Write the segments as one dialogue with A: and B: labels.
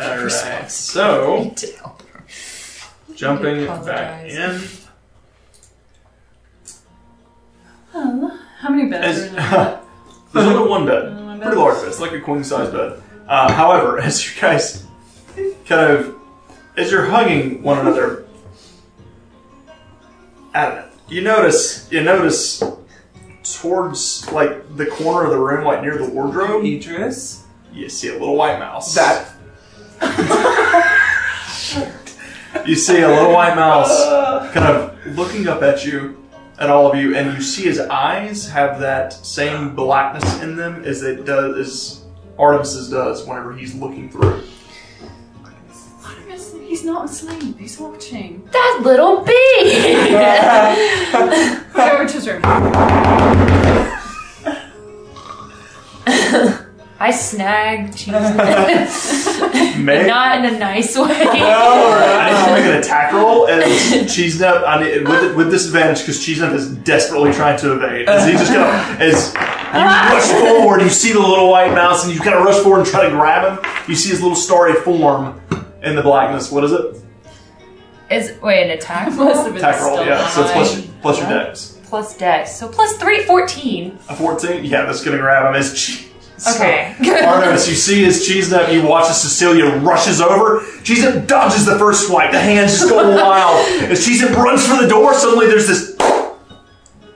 A: right, so
B: need to help her.
A: jumping back
B: Apologize.
A: in.
C: Well, how many beds are
A: As,
C: in there?
A: there's only one bed.
C: Only one bed?
A: Pretty large bed. It's like a queen size bed. Uh, however, as you guys kind of as you're hugging one another, I don't know. You notice you notice towards like the corner of the room, like near the wardrobe,
D: Idris.
A: you see a little white mouse.
D: That.
A: You see a little white mouse kind of looking up at you, at all of you, and you see his eyes have that same blackness in them as it does as Artemis's does whenever he's looking through.
C: Artemis, He's not asleep. He's watching.
B: That little bee!
C: Go over to his room.
B: I snagged Cheese.
A: Meg,
B: Not in a nice way.
A: I need to make an attack roll, and Cheesenut, I need, with, with disadvantage because Cheesenut is desperately trying to evade. As he just kind of as you rush forward, you see the little white mouse, and you kind of rush forward and try to grab him. You see his little starry form in the blackness. What is it?
B: Is, wait, an attack
C: Must have
B: roll?
C: been
A: Attack
C: still
A: roll, yeah. So it's
C: high.
A: plus, plus your dex.
B: Plus dex. So plus 3, 14.
A: A 14? Yeah, that's gonna grab him as cheese.
B: Okay.
A: Artemis, you see his cheese nut, you watch as Cecilia rushes over. Cheese nut dodges the first swipe, the hands just go wild. As cheese nut runs for the door, suddenly there's this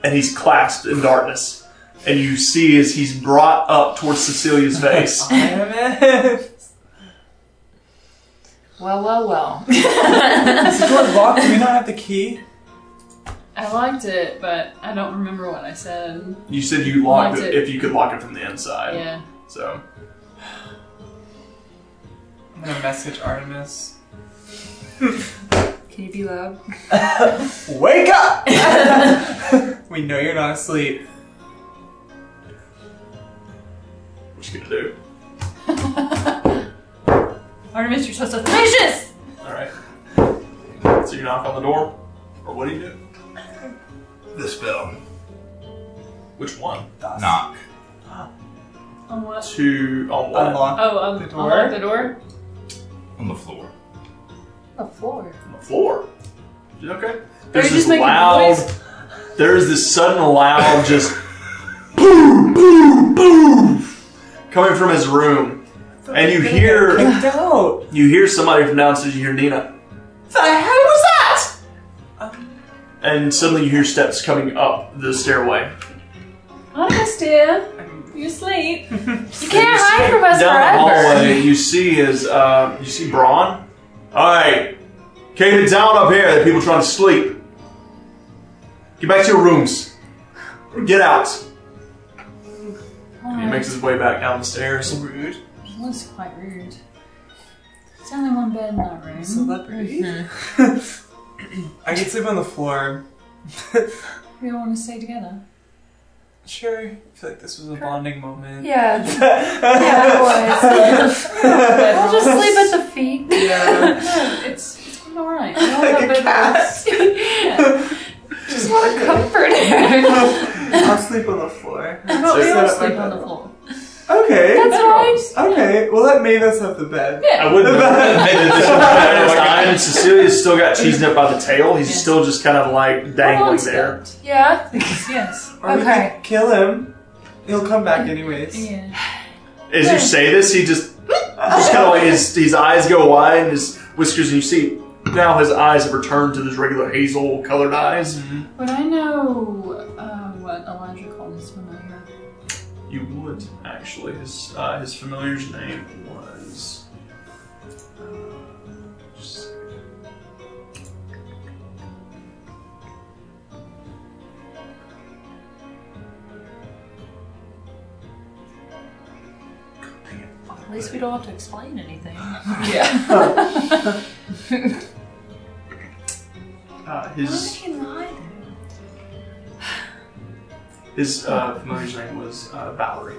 A: and he's clasped in darkness. And you see as he's brought up towards Cecilia's face.
D: Idris.
C: Well, well, well.
D: Is the door locked? Do we not have the key?
C: I liked it, but I don't remember what I said.
A: You said you locked
C: Locked
A: it
C: it.
A: if you could lock it from the inside.
C: Yeah.
A: So
D: I'm gonna message Artemis.
B: Can you be loud?
D: Wake up! we know you're not asleep.
A: what you gonna do?
C: Artemis, you're supposed to.
B: Vicious!
A: Alright. So you knock on the door? Or what do you do?
E: The spell.
A: Which one?
D: Uh,
E: Knock.
C: On what?
A: Two on what?
D: Unlock.
C: Oh, um,
D: The
C: the
D: door?
C: door. the door.
E: On the floor.
B: The floor.
A: on the floor. She's okay. There's this
C: you just making
A: loud.
C: noise?
A: There's this sudden loud just boom, boom, boom, coming from his room, and you hear
D: Kicked out.
A: you hear somebody from downstairs. You hear Nina,
D: The hell was that? Um,
A: and suddenly you hear steps coming up the stairway.
C: Artemis, dear. You asleep.
B: You can't hide from us
A: Down the
B: forever.
A: hallway, you see is uh, you see Braun. All right, Katie, down up here. There are people trying to sleep. Get back to your rooms. Get out. And he makes his way back down the stairs.
D: Rude.
C: It looks quite rude. There's only one bed in that room.
D: Celebrity.
B: Hmm.
D: I could sleep on the floor.
C: We all want to stay together.
D: Sure. I feel like this was a bonding moment.
B: Yeah. yeah, it was. we'll just sleep at the feet.
D: Yeah.
C: No, it's it's quite alright.
D: Like a cat.
B: Just want to comfort her.
D: I'll sleep on the floor.
C: But we
D: Just
C: all
D: set up my
C: sleep on
D: bed.
C: the floor.
D: Okay.
B: That's right.
D: okay. Well, that made us have the bed.
A: I wouldn't have admitted this was the time. Cecilia's still got cheesed up by the tail. He's
C: Yes.
A: still just kind of like dangling there.
C: Constant.
B: Yeah.
C: Yes.
D: Or we
B: Okay.
D: could kill him. He'll come back anyways.
C: Yeah.
A: As you say this, he just just kind of like his, his eyes go wide and his whiskers, and you see now his eyes have returned to those regular hazel colored eyes.
C: Would I know uh, what Elijah called his familiar?
A: You would actually. His uh, his familiar's name was. uh, just a second.
B: At least we don't have to explain anything.
C: Yeah.
A: Uh,
B: Why
A: his
B: would he lie then?
A: his uh, familiar's name was uh, Valerie.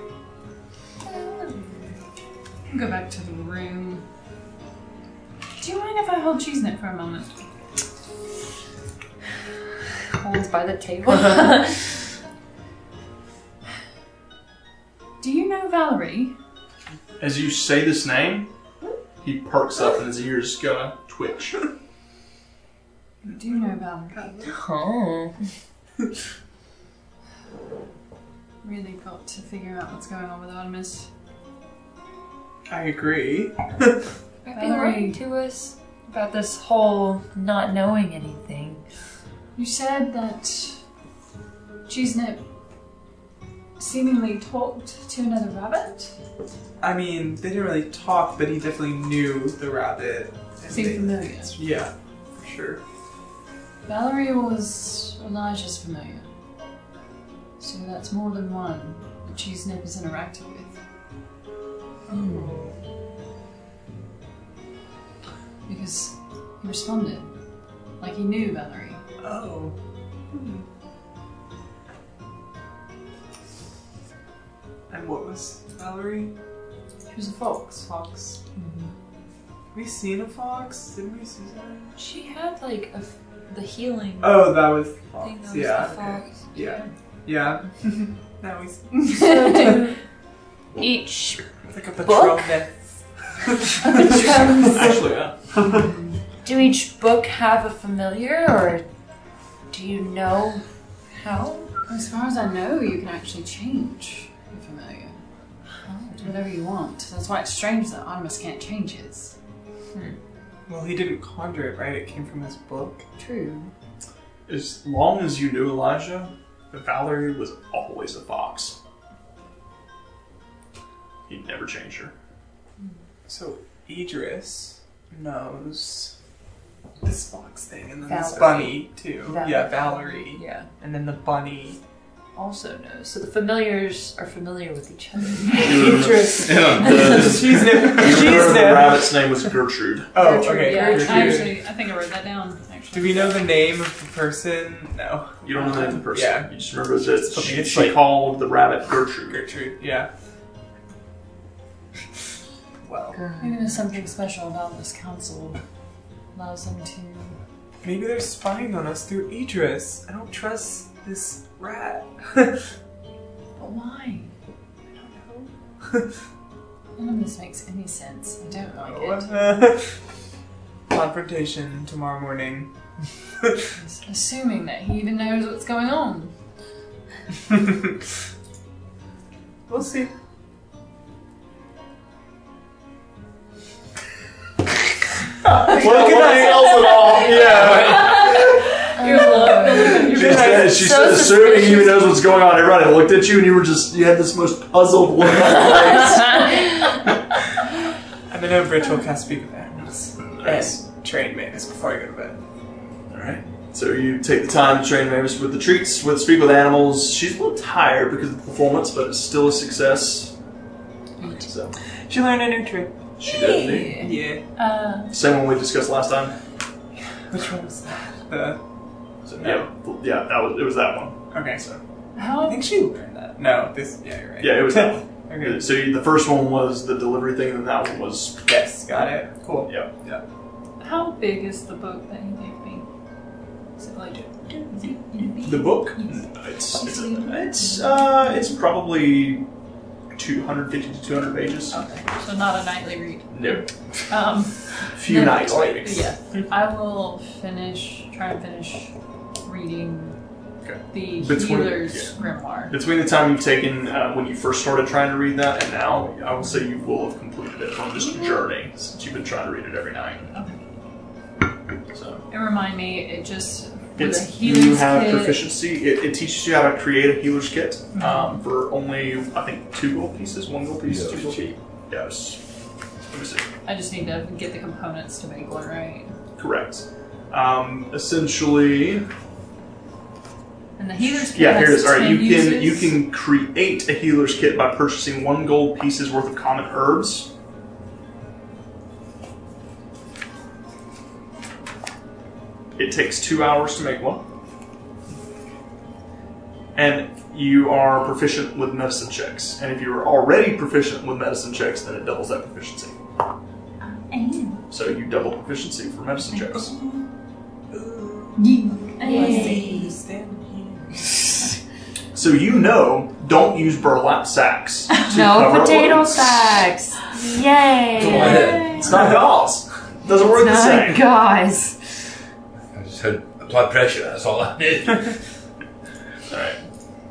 C: Go back to the room. Do you mind if I hold Cheesenut for a moment?
B: Holds by the table.
C: Do you know Valerie?
A: As you say this name, He perks up and his ears gonna twitch.
C: You do know Valerie.
B: Oh.
C: Really got to figure out what's going on with Artemis.
D: I agree.
B: Might be lying to us about this whole not knowing anything.
C: You said that Cheesenip seemingly talked to another rabbit.
D: I mean, they didn't really talk, but he definitely knew the rabbit. and
C: Seemed
D: they-
C: familiar.
D: Yeah, for sure.
C: Valerie was Elijah's familiar. So that's more than one that Cheesenip has interacted with. Hmm. Because he responded like he knew Valerie.
D: Oh. And what was Valerie?
C: She was a fox.
D: Fox. Have we seen a fox? Didn't we see that?
B: She had like a f- the healing
D: Oh, that was
B: thing.
D: fox.
B: That was
D: yeah.
B: the
D: okay.
B: fox.
D: Yeah. Yeah. now we see.
B: Each
D: It's like a
B: Book?
D: patronus.
A: Actually, yeah.
B: do each book have a familiar, or do you know how?
C: As far as I know, you can actually change your familiar. to Whatever you want. That's why it's strange that Artemis can't change his.
D: Well, he didn't conjure it, right? It came from his book.
C: True.
A: As long as you knew Elijah, Valerie was always a fox. He never changed her.
D: So Idris knows this fox thing, and then
B: Valerie.
D: this bunny too.
B: Valerie.
D: Yeah, Valerie.
B: Yeah.
D: And then the bunny.
B: Also knows. So the familiars are familiar with each other.
A: Idris. Yeah, the,
D: She's new.
A: the
D: She's new.
A: rabbit's name was Gertrude.
D: Oh,
B: Gertrude,
D: okay.
B: yeah.
D: Gertrude.
C: I think I wrote that down, actually.
D: Do we know the name of the person? No.
A: You don't know the name of the person.
D: Yeah.
A: You just remember that
D: Something
A: she,
D: it's
A: she
D: like-
A: called the rabbit Gertrude.
D: Gertrude. Yeah. well,
C: Maybe there's something special about this council. Allows them to.
D: maybe they're spying on us through Idris. I don't trust this rat.
C: But why? None of this makes any sense. I don't like it.
D: Confrontation tomorrow morning.
C: Assuming that he even knows what's going on.
D: We'll see.
A: Well,
D: good night.
A: at all. Yeah. She said, she
B: So
A: said assuming you knows what's going on. Everybody looked at you and you were just, you had this most puzzled look on your face.
D: I'm gonna have ritual cast speak with animals and train mages before I go to bed.
A: Alright. So you take the time to train Mavis with the treats, with Speak with Animals. She's a little tired because of the performance, but it's still a success. So
D: She learned a new trick.
A: she did indeed.
D: Yeah.
C: Uh,
A: Same one we discussed last time.
D: Which one was that? The
A: So, yeah, yeah, that was it was that one.
D: okay. So I
C: how
D: think she learned that. No, this. Yeah, you're right.
A: Yeah, it was that one.
D: okay.
A: So you, the first one was the delivery thing, and that one was
D: Yes, got it. Cool.
A: yeah.
C: how big is the book that he gave me? Is it like
A: The book? It's it's, it's uh it's probably two hundred fifty to two hundred pages.
C: Okay, so not a nightly read.
A: No,
C: Um,
A: few
C: No.
A: nights maybe.
C: yeah, I will finish, try and finish reading
A: Okay.
C: the
A: Between-
C: Healer's Grimoire.
A: Between the time you've taken uh, when you first started trying to read that and now, I would say you will have completed it from this journey since you've been trying to read it every night. So
C: It remind me, it just with a
A: it's,
C: Healer's
A: you have
C: kit,
A: proficiency. It, it teaches you how to create a healer's kit um, for only I think two gold pieces, one gold piece, two gold pieces. Yes. Let me see.
C: I just need to get the components to make one right.
A: Correct. Um, essentially,
C: And the Healer's kit.
A: Yeah,
C: has
A: here it is. All right,
C: 10
A: you can you
C: uses.
A: can create a healer's kit by purchasing one gold piece's worth of common herbs. It takes two hours to make one, and you are proficient with medicine checks. And if you are already proficient with medicine checks, then it doubles that proficiency.
C: Damn.
A: So you double proficiency for medicine checks.
C: Yee. I see.
D: Stand here.
A: So you know, don't use burlap sacks. to
B: No
A: cover
B: potato
A: loads.
B: sacks. Yay!
A: It's not gauze. Doesn't work the
B: Not
A: same.
B: guys.
E: I just had applied pressure. That's all I did.
A: All right.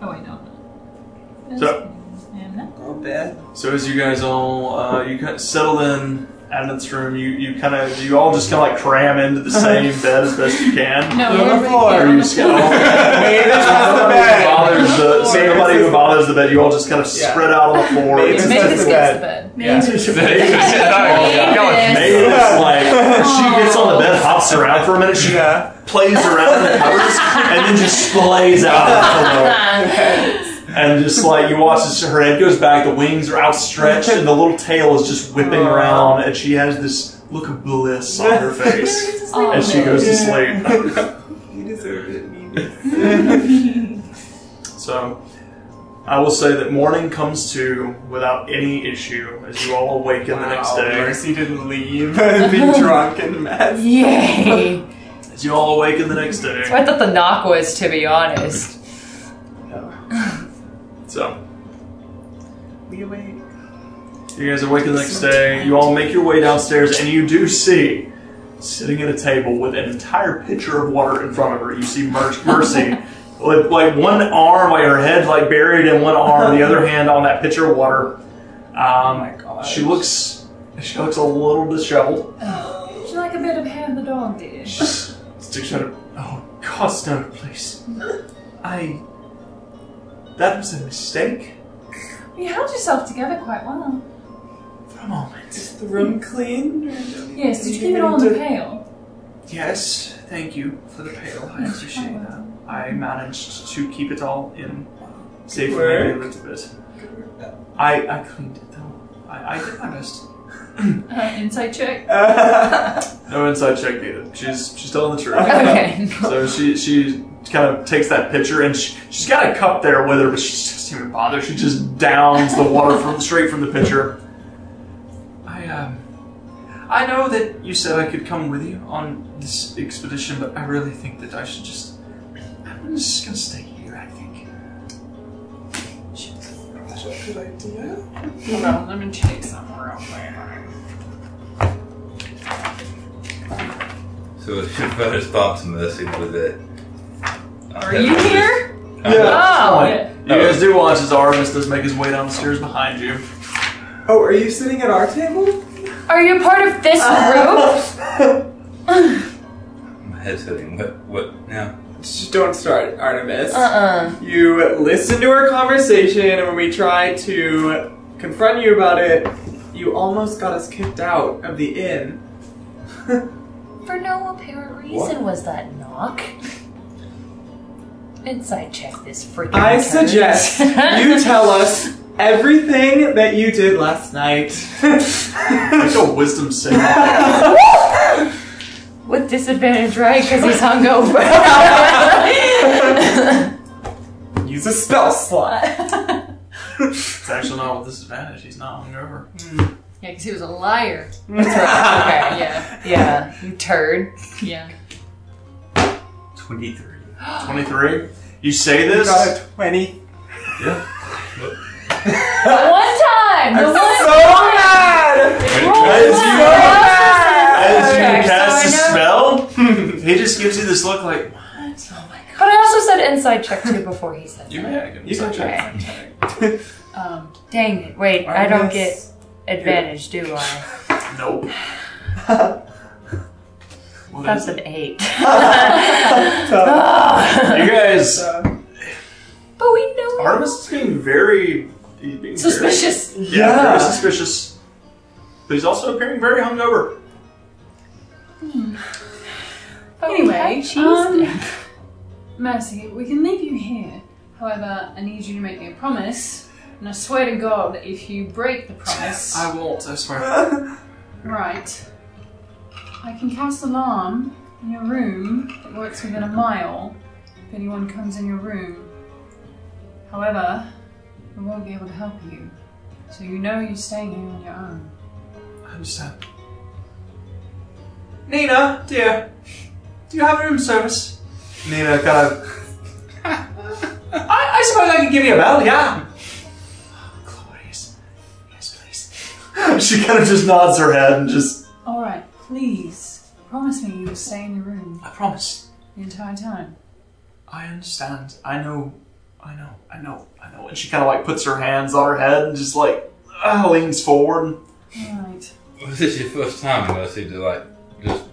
C: Oh, wait, no. I'm not.
A: So-
C: I'm not.
D: All bad.
A: So as you guys all uh, you kind of settle in Adam's room, you, you kind of you all just kind of like cram into the same bed as best you can.
C: No,
D: You're on the
C: everybody-
D: floor,
C: yeah,
A: Or
C: on
A: you
C: the
A: just kind of
C: floor.
D: Maybe it's just the
A: nobody who
D: bed.
A: bothers the so nobody who bothers the bed. You all just kind of
D: Yeah.
A: spread out on the floor.
D: Maybe
A: It's-
D: it's
C: Maybe
D: just
C: this
D: the
C: gets the
D: bed.
C: bed.
A: Maybe
E: Yeah.
A: it's like she gets on the bed, hops around for a minute, she
D: Yeah.
A: plays around in the covers, and then just splays out on the floor. And just like you watch as her head goes back, the wings are outstretched, and the little tail is just whipping around, and she has this look of bliss on her face
C: Oh,
A: as she goes to sleep.
D: You deserve it.
A: So I will say that morning comes to without any issue as you all awaken the next
D: Wow,
A: day.
D: Mercy didn't leave. Being drunk and mad.
B: Yay!
A: As you all awaken the next day.
C: I thought the knock was, to be honest.
A: So
D: We awake.
A: you guys awaken the next day, you all make your way downstairs, and you do see sitting at a table with an entire pitcher of water in front of her. You see Mer- Mercy with like one arm, like her head like buried in one arm, the other hand on that pitcher of water. Um,
D: Oh my gosh.
A: She looks she looks a little disheveled.
C: Would you like a bit of hand the dog, dear?
A: Just sticks out. her- Oh God, no, please. I. That was a mistake
C: You held yourself together quite well.
A: for a moment.
D: Is the room clean?
C: Yes, did you leave it all in the pail?
A: Yes, thank you for the pail. I appreciate that. I managed to keep it all in safely
D: Good
A: a little bit. I, I cleaned it though. I, I did my best.
C: Uh, inside check.
D: Oh,
A: No inside check needed. She's she's telling the truth.
C: Okay.
A: So she she kind of takes that pitcher and she, she's got a cup there with her, but she doesn't even bother. She just downs the water from straight from the pitcher. I um, I know that you said I could come with you on this expedition, but I really think that I should just. I'm just gonna stay here. I think.
D: That's a good idea.
C: Hold on, let me check somewhere else.
E: So she first starts messing with it.
C: Are you here?
E: Yeah.
C: Oh,
A: Like, You guys do watch as Artemis does make his way down the stairs behind you.
D: Oh, are you sitting at our table?
B: Are you part of this group?
E: My head's hurting. What? What? Now?
D: Shh, Don't start, Artemis.
B: Uh-uh.
D: You listen to our conversation, and when we tried to confront you about it, you almost got us kicked out of the inn.
B: For no apparent reason
E: What?
B: was that knock. Inside check this freaking.
D: I
B: turd.
D: suggest you tell us everything that you did last night.
A: Make a wisdom save.
B: With disadvantage, right? Because he's hungover.
D: Use a spell slot.
A: It's actually not with disadvantage. He's not hungover.
C: Yeah, because he was a liar. That's right. Okay, yeah.
B: yeah, you turd.
C: Yeah.
E: Twenty-three.
A: Twenty-three. You say
D: You
A: this.
D: got a 20.
B: The one time. The
D: I'm so
B: one
D: mad!
A: As
B: time.
A: you, as you
B: Okay, so
A: cast
B: I know-
A: the spell, he just gives you this look like.
B: But I also said inside check too before he said
A: You
B: that.
A: may I can
D: You can
A: check.
C: Um,
B: Dang it. Wait, I don't get advantage, do I?
A: Nope. What
B: That's
A: is it?
B: an eight.
A: You guys,
B: But we know
A: Artemis is being very he's being
C: suspicious.
A: Very, yeah, very suspicious. But he's also appearing very hungover.
C: Anyway,
B: cheese
C: um, Mercy, we can leave you here. However, I need you to make me a promise, and I swear to God, if you break the promise,
A: I won't. I swear.
C: right, I can cast alarm in your room that works within a mile if anyone comes in your room. However, we won't be able to help you, so you know you're staying here on your own.
A: I understand.
D: Nina,
A: Dear, do you have room service? Nina kind of. I, I
D: suppose I could give you a bell, yeah.
A: Glorious. Yes, please. she kind of just nods her head and just.
C: All right, please promise me you will stay in your room
D: I promise.
C: the entire time.
A: I understand. I know. I know. I know. I know. And she kind of like puts her hands on her head and just like uh, leans forward.
C: All right.
E: Was this your first time you guys seem to like just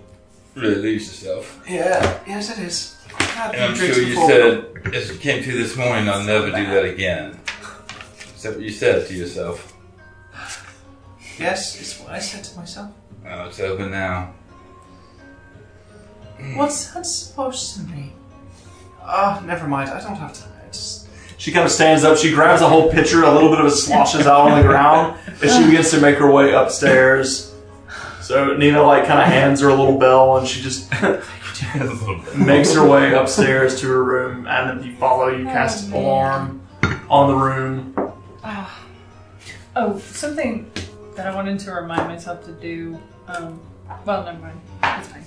E: really lose yourself?
A: Yeah. Yes, it is. Had a
E: And
A: few
E: I'm
A: drinks
E: sure you
A: before.
E: said as you came to this morning, I'll never do that again. Is that what you said to yourself?
A: Yes, it's what I said to myself.
E: Oh, it's over now.
A: What's that supposed to mean? Ah, never mind. I don't have time. I just- She kind of stands up. She grabs a whole pitcher. A little bit of it sloshes out on the ground, and she begins to make her way upstairs. So Nina like kind of hands her a little bell, and she just makes her way upstairs to her room. And if you follow, you cast
B: Oh, man.
A: alarm on the room.
C: Oh, something that I wanted to remind myself to do. Um, well, never mind. It's fine.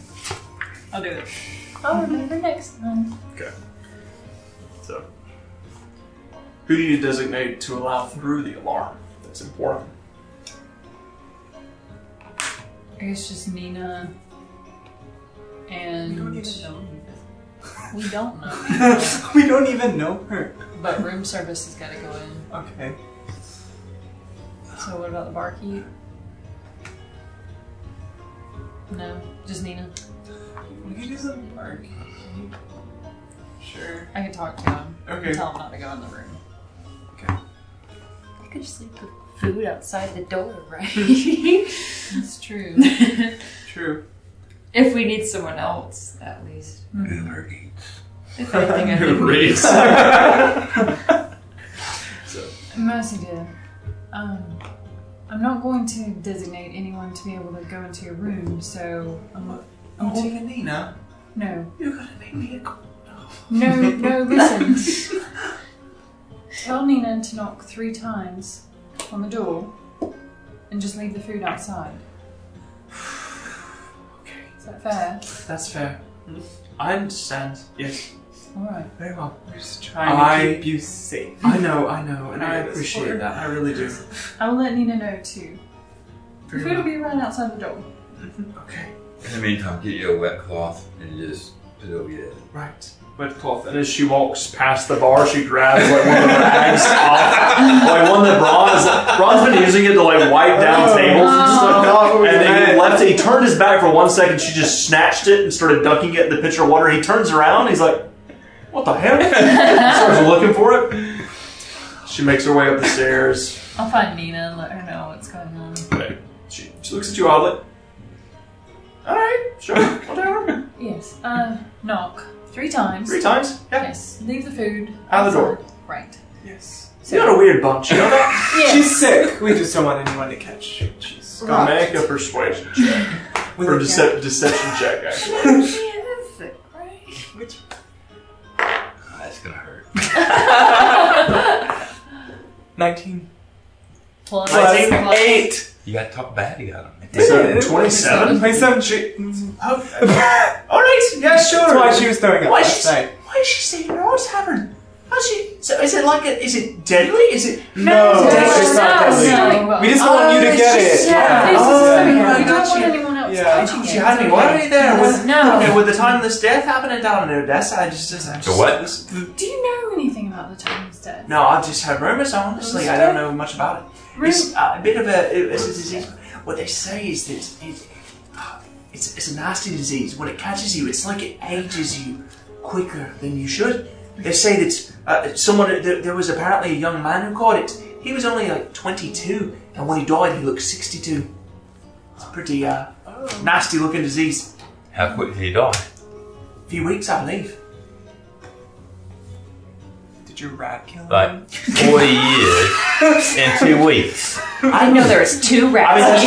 C: I'll do it. Oh,
B: I'll remember next time.
A: So, who do you designate to allow through the alarm? That's important.
C: I guess just Nina and we don't know.
D: we don't even know her.
C: But room service has got to go in.
D: Okay.
C: So what about the barkeep? No, just Nina.
D: He doesn't bark. Sure.
C: I can talk to him.
D: Okay.
C: Tell him not to go in the room.
B: You could just leave the food outside the door, right? if
C: That's true.
D: True.
B: we need someone else, at least.
C: Hmm.
E: Uber Eats.
B: If anything, I think we-
A: Raise.
C: Mercy dear, um, I'm not going to designate anyone to be able to go into your room, so I'm, I'm
D: Oh,
C: too-
D: Nina.
C: no,
D: You're gonna make me a call.
C: no, no. Listen, tell Nina to knock three times on the door, and just leave the food outside.
A: Okay.
C: Is that fair?
A: That's fair. I understand. Yes,
C: All right.
A: very well.
D: I'm just trying
A: I-
D: to keep you safe.
A: I know, I know, and I
D: Yes.
A: appreciate that. I really do.
C: I will let Nina know too. The
A: Very
C: food will
A: well.
C: be right outside the door.
A: Okay,
E: In the meantime, get you a wet cloth and you just put it over your head.
A: right. Wet cloth. And as she walks past the bar, she grabs like one of the rags off, like one that Ron has. Ron's been using it to like wipe down
D: Oh.
A: tables and stuff.
D: Oh,
A: And then
D: man.
A: he left it. He turned his back for one second. She just snatched it and started dunking it in the pitcher of water. He turns around. He's like, "What the hell?" starts looking for it. She makes her way up the stairs.
C: I'll find Nina and let her know what's going on.
A: Okay. She, she looks at you oddly. Alright, sure, whatever.
C: Yes. Uh, knock three times.
A: Three times? Yeah.
C: Yes. Leave the food
A: Out of the door.
C: outside. Right.
D: Yes.
A: So, You're a weird bunch, you know that?
D: She's sick. We just don't want anyone to catch. She's
A: Go
D: gone.
A: Make a persuasion check.
D: With
A: or
D: a cat.
A: decep deception check, actually.
B: Yes, right?
D: Which
E: Ah, That's gonna hurt.
D: 19.
C: Plus,
A: Plus
D: Eight.
E: You gotta talk bad about him.
A: So, 27?
D: 27. She,
A: Alright, yeah, sure.
D: that's why she was throwing up
A: Why
D: last
A: she's-
D: night.
A: Why is she saying no? What's happened? How's she. So, is it like a. Is it deadly? Is it.
D: No, Oh, it's not
B: no,
D: deadly.
B: no.
D: We just want you to get it.
B: yeah.
C: Please,
A: Oh,
C: just hurry
A: yeah.
C: up. We
A: Got
C: don't want
A: you.
C: anyone else
D: Yeah.
C: touching
A: Oh,
C: it.
A: she had me. Why are you there? With,
B: No.
A: okay, with the time of this death happening down there, that's. I just. I just
E: The what?
A: this-
C: Do you know anything about the Times Dead?
A: No, I've just heard rumors. Honestly, I don't know much about it. It's uh, a bit of a it- it's a disease. What they say is that it, it's it's a nasty disease. When it catches you, it's like it ages you quicker than you should. They say that uh, someone there, there was apparently a young man who caught it. He was only like 22, and when he died, he looked 62. It's a pretty uh, nasty looking disease.
E: How quick did he die?
A: A few weeks, I believe.
D: Did your rat kill him?
E: Like four years in two weeks.
B: I know there's two
A: I mean,
B: rats.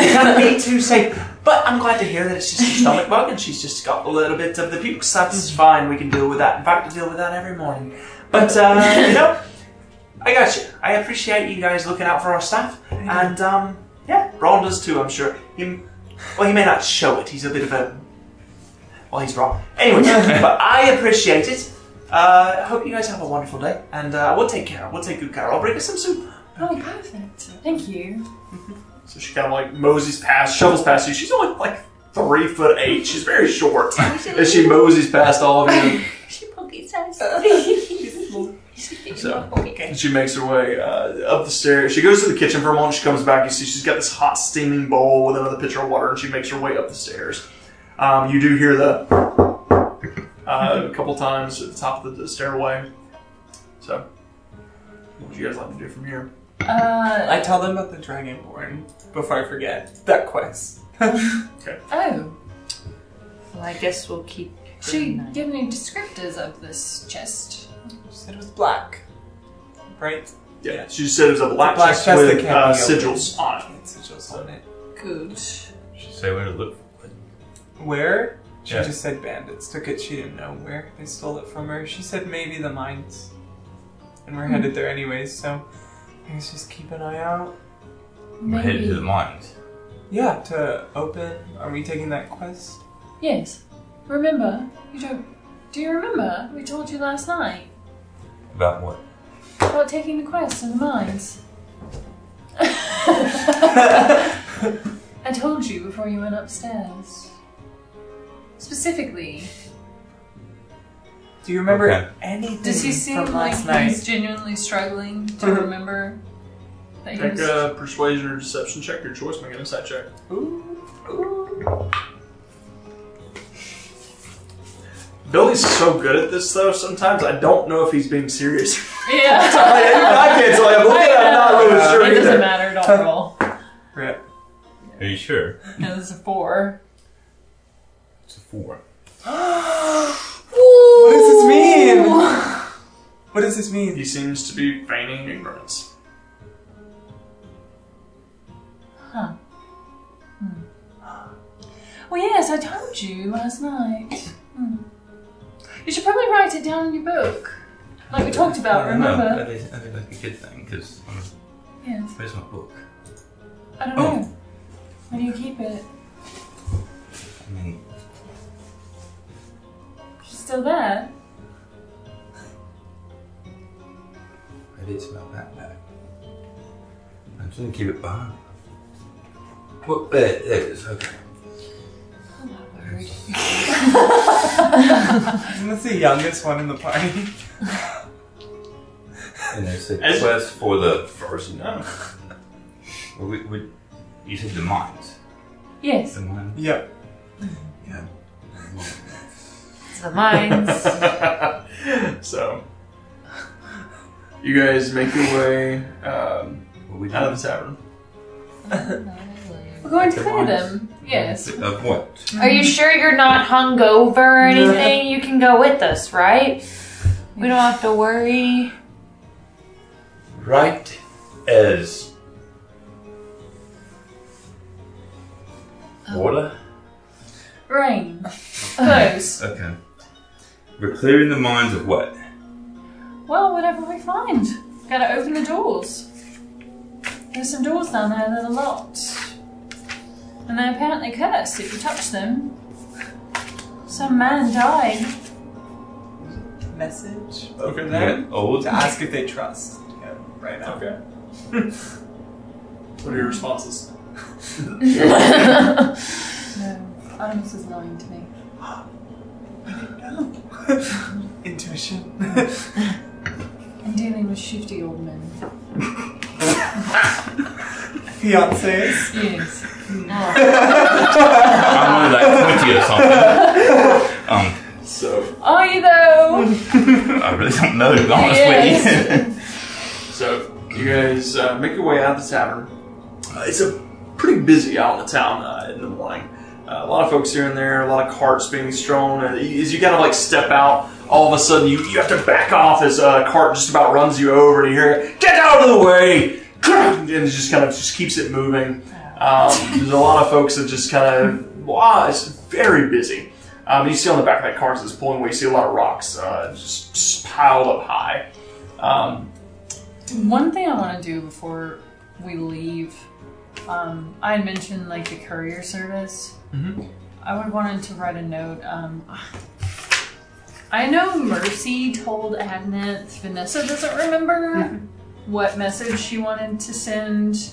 A: You kind of need to say, but I'm glad to hear that it's just a stomach bug and she's just got a little bit of the pukes. That's fine, we can deal with that. In fact, I deal with that every morning. But, uh, you know, I got you. I appreciate you guys looking out for our staff. And, um, yeah, Ron does too, I'm sure. He, well, he may not show it. He's a bit of a. Well, he's wrong. Anyway, but I appreciate it.
F: Uh, hope you guys have a wonderful day, and uh, we'll take care. We'll take good care. I'll bring us some soup.
C: Oh, perfect. Thank you.
A: So she kind of like moseys past, shovels past you. She's only like three foot eight. She's very short. and she moseys past all of you.
B: She pokey says.
A: So, and she makes her way uh, up the stairs. She goes to the kitchen for a moment. She comes back. You see she's got this hot steaming bowl with another pitcher of water, and she makes her way up the stairs. Um, you do hear the uh, a couple times at the top of the stairway. So, what would you guys like to do from here?
C: Uh,
D: I tell them about the Dragonborn before I forget that quest.
C: oh.
B: Well, I guess we'll keep.
C: Should we give any descriptors of this chest?
D: She said it was black. Right?
A: Yeah, she just said it was a black,
D: Black
A: chest
D: chest
A: with
D: that can't
A: uh,
D: be opened.
A: sigils on it.
D: It's just on it.
C: Good.
E: She say where to look. for it.
D: Where? She
E: Yeah.
D: just said bandits took it. She didn't know where they stole it from her. She said maybe the mines. And we're headed there anyways, so I guess just keep an eye out.
E: We're headed to the
C: Maybe.
E: mines.
D: Yeah, to open. Are we taking that quest?
C: Yes. Remember, you don't. Do you remember? We told you last night
E: About what?
C: about taking the quest in the mines. I told you before you went upstairs. Specifically,
D: Do you remember
E: Okay.
D: anything
C: does he seem
D: Hmm, from
C: like
D: last night?
C: he's genuinely struggling to
D: Mhm.
C: remember that he
A: Take
C: was?
A: a uh, persuasion or deception check, your choice, make an insight check.
D: Ooh, ooh.
A: Billy's so good at this though, sometimes I don't know if he's being serious.
C: Yeah.
A: I, I can't tell you. I'm looking at him, I'm not really
D: I know.
A: sure
C: It
A: either.
C: doesn't matter. Don't roll.
D: Rip.
E: Are you sure?
C: No, this is a four.
E: It's a four.
D: What does this mean? What does this mean?
A: He seems to be feigning ignorance.
C: Well, yes, I told you last night. Hmm. You should probably write it down in your book, like we talked about.
E: I don't know.
C: Remember?
E: I think, I think that's a good thing because
C: Yes.
E: where's my book?
C: I don't
E: Oh.
C: know. Where do you keep it?
E: I mean,
C: She's still there.
E: I did smell that bag. I just didn't keep it behind. What? There, there it is. Okay.
D: Isn't this the youngest one in the party?
E: And there's a
A: As-
E: quest for the first.
A: No.
E: We, we, you said the mines.
C: Yes.
E: The mines.
D: yep.
E: Yeah.
B: It's the mines.
A: so, you guys make your way um,
E: What we
A: out
E: done?
A: of the tavern.
C: We're going to
E: The
C: clear
E: mines.
C: them. Yes.
E: Of what?
B: Are you sure you're not hungover or anything? You can go with us, right? We don't have to worry.
E: Right as
C: Oh.
E: water.
C: Rain. Close.
E: Okay. We're clearing the mines of what?
C: Well, whatever we find. Gotta open the doors. There's some doors down there that are locked. And they're apparently cursed if you touch them. Some man died.
D: Message
A: Okay.
D: from
E: Yeah,
D: them
E: old.
D: to ask if they trust him right now.
A: Okay. what are your responses?
C: No, Animus is lying to me.
D: Intuition.
C: I'm dealing with shifty old men.
D: Fiancés.
C: Yes.
E: I'm only like 20 or something. Um,
A: So,
C: Are you though?
E: I really don't know, to be honest with you.
A: so you guys uh, make your way out of the tavern. Uh, it's a pretty busy out in the town uh, in the morning. Uh, a lot of folks here and there, a lot of carts being thrown. And as you kind of like step out, all of a sudden you, you have to back off as a cart just about runs you over, and you hear "Get out of the way!" and it just kind of just keeps it moving. Um, there's a lot of folks that just kind of wow, it's very busy. Um, you see on the back of that cart that's pulling away, you see a lot of rocks uh, just, just piled up high. Um,
C: One thing I want to do before we leave, um, I had mentioned like the
A: Mm-hmm.
C: courier service. I would wanted to write a note. Um, I know Mercy told Adneth Vanessa doesn't remember
A: Mm-hmm.
C: what message she wanted to send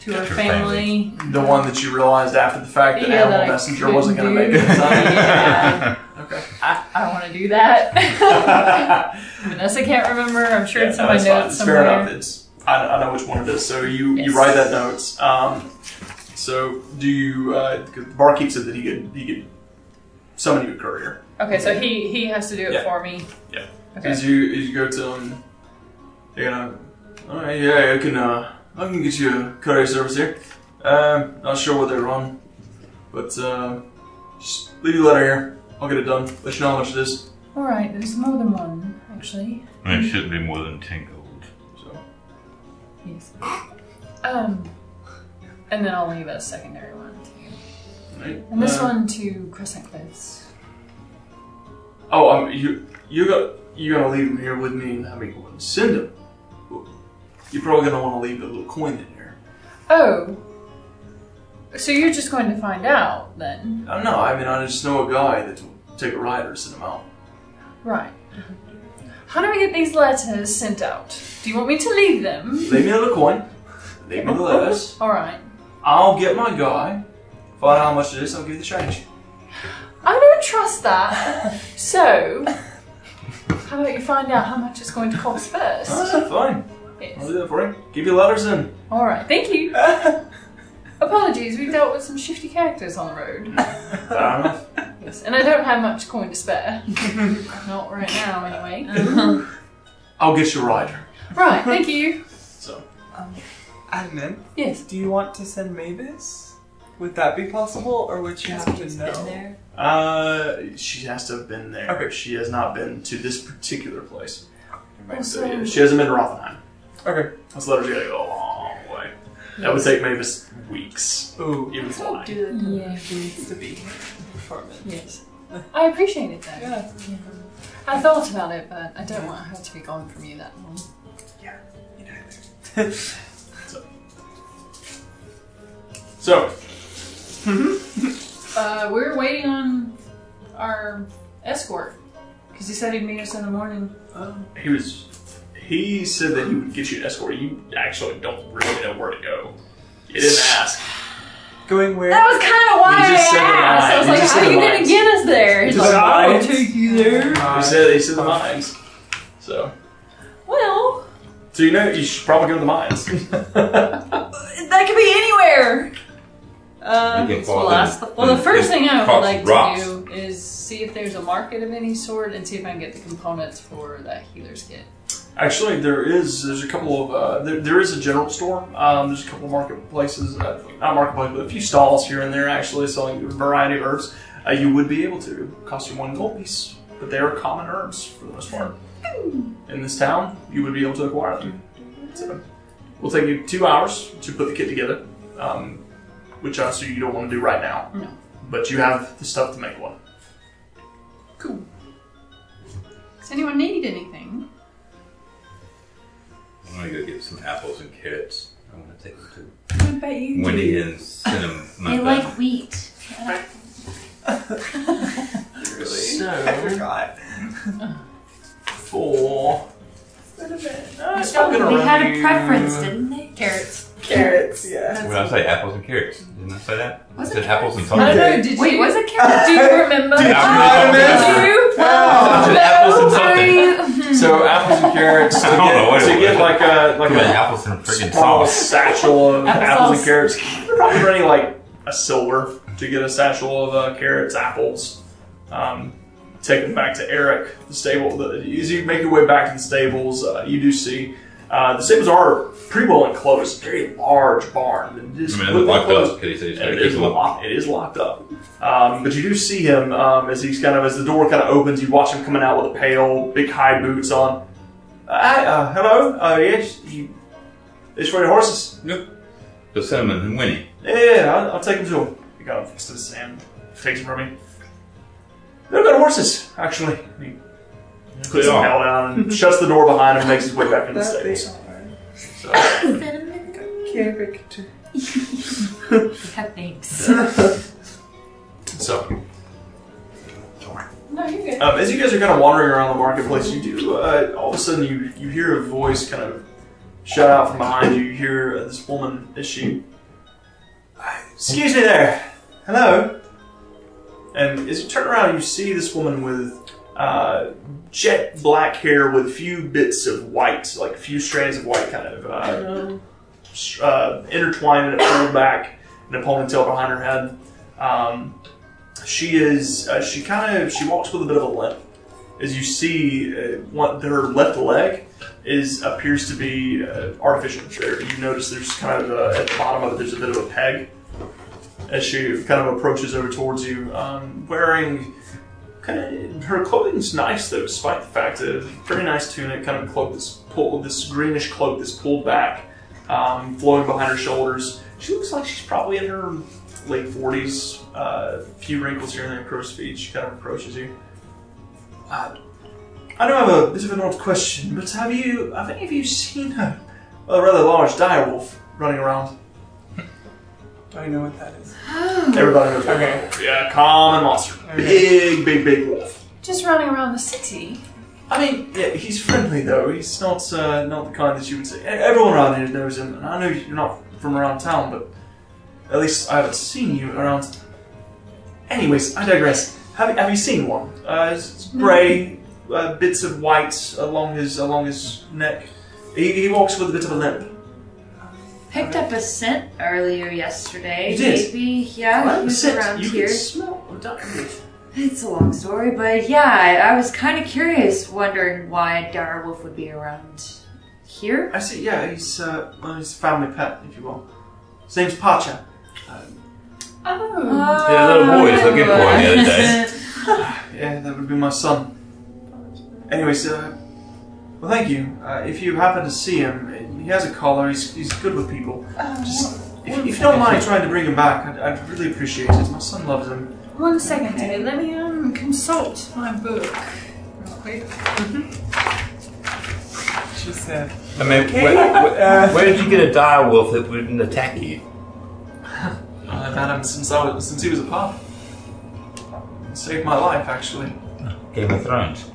C: to her
E: her
C: family.
A: The one that you realized after the fact that
C: Yeah,
A: Animal
C: that I
A: Messenger
C: couldn't
A: wasn't going to
C: do.
A: make it. in time.
C: Yeah.
A: Okay.
C: I, I don't want to do that. Vanessa can't remember. I'm sure it's
A: Yeah,
C: in my
A: that's fine.
C: notes
A: It's
C: somewhere.
A: Fair enough. It's I, I know which one it is. So you
C: Yes.
A: you write that notes. Um, so do you? Uh, 'cause the barkeep said that he could he could summon you a courier.
C: Okay, so he he has to do it
A: Yeah.
C: for me.
A: Yeah.
C: Okay.
A: As you as you go to them, they're gonna. All right, yeah, I can uh, I can get you a courier service here. Um, not sure what they run, but uh, just leave your letter here. I'll get it done. Let you know how much it is.
C: All right. There's more than one actually.
G: And it shouldn't be more than 10 gold.
A: So
C: Yes. Um, and then I'll leave a secondary one. to you.
A: all right.
C: And this
A: Uh,
C: one to Crescent Cliffs.
A: Oh, um, you you go you're gonna leave him here with me, and I mean, wouldn't send him. You're probably gonna want to leave a little coin in here.
C: Oh. So you're just going to find out then,
A: I don't know. I mean, I just know a guy that will take a ride or send him out.
C: right? How do we get these letters sent out? Do you want me to leave them?
A: Leave me a little coin. Leave me the letters.
C: All right.
A: I'll get my guy. Find out how much it is. I'll give you the change.
C: I don't trust that. so, how about you find out how much it's going to cost
A: Oh,
C: first?
A: that's fine. I'll
C: Yes.
A: do that for you. Give you letters in.
C: All right. Thank you. Apologies, we dealt with some shifty characters on the road.
A: Fair enough.
C: Yes, and I don't have much coin to spare. Not right now, anyway. Uh-huh.
A: I'll get you a rider.
C: right. Thank you.
A: So
D: Adnan,
C: Yes.
D: do you want to send Mavis? Would that be possible, or would she have to know?
B: there.
A: Uh, she has to have been there.
D: Okay.
A: She has not been to this particular place. So, yeah,
C: Also,
A: she hasn't been to Rothenheim.
D: Okay.
A: Those letters are gonna go a long way. That would take Mavis weeks,
D: Ooh,
A: even
B: Don't
A: flying.
B: do it.
C: yeah.
D: needs to be performance.
C: Yes. I appreciate it though.
D: Yeah.
C: I thought about it, but I don't want her to be gone from you that long.
A: So,
C: Uh, we're waiting on our escort because he said he'd meet us in the morning.
A: he was. He said that he would get you an escort. You actually don't really know where to go. You didn't ask.
D: Going where?
B: That was kind of why
A: You just
B: I
A: said the
B: asked. I was
A: lines. You
B: like,
A: just said
B: how are you
A: the
B: going to
A: lines.
B: get us there? He's
A: You just said
B: like,
A: the
B: I'll
A: lines.
B: take you there.
D: Oh
A: He said he said the mines. So,
B: Well,
A: so you know you should probably go to the mines.
B: that could be anywhere.
C: Uh,
E: We can
C: well,
E: follow
C: that's
E: them.
C: the, well, the first thing I would
E: Fucking
C: like
E: rocks.
C: to do is see if there's a market of any sort and see if I can get the components for that healer's kit.
A: Actually, there is. There's a couple of. Uh, there, there is a general store. Um, there's a couple of marketplaces. Uh, not marketplace, but a few stalls here and there actually selling a variety of herbs. Uh, you would be able to. Cost you one gold piece, but they are common herbs for the most part. In this town, you would be able to acquire them. So, we'll take you two hours to put the kit together, um, which honestly you don't want to do right now.
C: No.
A: But you have the stuff to make one.
C: Cool. Does anyone need anything?
E: I'm gonna go get some apples and carrots. I'm gonna take them
B: What about
E: to
B: you?
E: Wendy and cinnamon.
B: I like wheat.
D: really? I
A: So
D: forgot.
A: for.
B: They had a preference, didn't they? Carrots.
D: Carrots, yeah.
E: When I say apples and carrots, didn't I say that? I
B: Was
E: said
B: it
E: apples and
C: I don't
E: sausage.
C: know. Did
B: Wait,
C: you?
B: was it carrots?
C: Do you remember?
E: Did
C: Oh,
E: you
C: did
E: remember?
C: you?
E: I said apples and something.
A: So apples and carrots to
E: I don't know
A: get,
E: what
A: to
E: it
A: get
E: was.
A: like a like
E: Come on,
A: a
E: apples and friggin'
A: small
E: sauce.
A: satchel of
B: Applesauce.
A: apples and carrots. Probably running like a silver to get a satchel of uh, carrots, apples. Um, take them back to Eric, the stable. The, as you make your way back to the stables, uh, you do see uh, the stables are pretty well enclosed. Very large barn. It is
E: I mean, it's
A: completely
E: locked
A: closed.
E: up because he said he's
A: And it
E: trying to keep
A: is
E: them up.
A: locked. It is locked up. Um, but you do see him um, as he's kind of as the door kind of opens. You watch him coming out with a pail, big high boots on. Uh, uh, hello. Uh, yes. You, it's for your horses.
E: Nope. So cinnamon and Winnie.
A: Yeah, yeah, yeah, I'll, I'll take them to him. He got him fixed to the sand. Takes them from me. They're good horses, actually. He puts the
E: are.
A: pail down and shuts the door behind him. Makes his way back into the
D: That they
A: stables.
D: are.
A: So,
D: Character.
B: Yeah, thanks.
A: so.
B: Oh.
C: No, you're good.
A: Um, as you guys are kind of wandering around the marketplace, you do uh, all of a sudden you you hear a voice kind of shout out from behind you. You hear uh, this woman as she, excuse me there, hello. And as you turn around, you see this woman with uh, jet black hair with a few bits of white, like a few strands of white, kind of uh, s- uh, intertwined in a pulled back and a ponytail behind her head. Um, she is. Uh, she kind of. She walks with a bit of a limp. As you see, uh, one, her left leg is appears to be uh, artificial. There, you notice there's kind of a, at the bottom of it. There's a bit of a peg. As she kind of approaches over towards you, um, wearing kind of her clothing's nice though, despite the fact that it's a pretty nice tunic, kind of cloak that's pulled, this greenish cloak that's pulled back, um, flowing behind her shoulders. She looks like she's probably in her late forties, Uh, a few wrinkles here and there across her feet. She kind of approaches you. Uh, I do have a bit of an odd question, but have you, have any of you seen a, a rather large dire wolf running around?
D: Do I know what that is?
A: Everybody knows. what-
D: Okay.
A: Yeah, common monster, big, big, big wolf.
C: Just running around the city.
A: I mean, yeah, he's friendly though. He's not uh, not the kind that you would say. e- Everyone around here knows him, and I know you're not from around town, but at least I haven't seen you around. Anyways, I digress. Have, have you seen one? Uh, it's grey, uh, bits of white along his along his neck. He, he walks with a bit of a limp.
B: Picked up a scent earlier yesterday.
A: You did?
B: Maybe, yeah, he was
A: Sit.
B: around
A: you
B: here.
A: Can smell a dire
B: It's a long story, but yeah, I, I was kind of curious, wondering why Darwolf would be around here.
A: I see. Yeah, he's uh, well, he's a family pet, if you will. His name's Pacha.
C: Oh.
G: Yeah, little boy was looking for him the other day.
A: Yeah, that would be my son. Anyways, uh, well, thank you. Uh, if you happen to see him, he has a collar. He's, he's good with people. Just if, if you don't mind trying to bring him back, I'd, I'd really appreciate it. My son loves him.
C: One second, David. Let me um, consult my book real quick.
D: She said.
E: I
D: Uh,
E: mean, where, where, where did you get a dire wolf that wouldn't attack you?
A: I've had him since I was since he was a pup. Saved my life, actually.
E: Game of Thrones.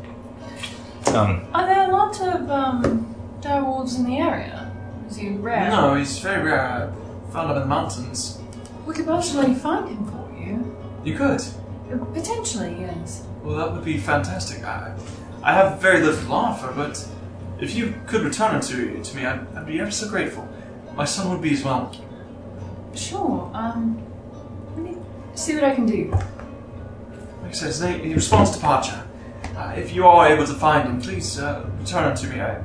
E: Um,
C: Are there a lot of um, direwolves in the area? Is he rare?
A: No, he's very rare. I found him in the mountains.
C: We could possibly find him for you.
A: You could.
C: Potentially, yes.
A: Well, that would be fantastic. I, I have very little to offer, but if you could return it to, to me, I'd, I'd be ever so grateful. My son would be as well.
C: Sure. Um, let me see what I can do.
A: Like I said, his name, he responds to Pacha. Uh, if you are able to find him, please uh, return him to me. I,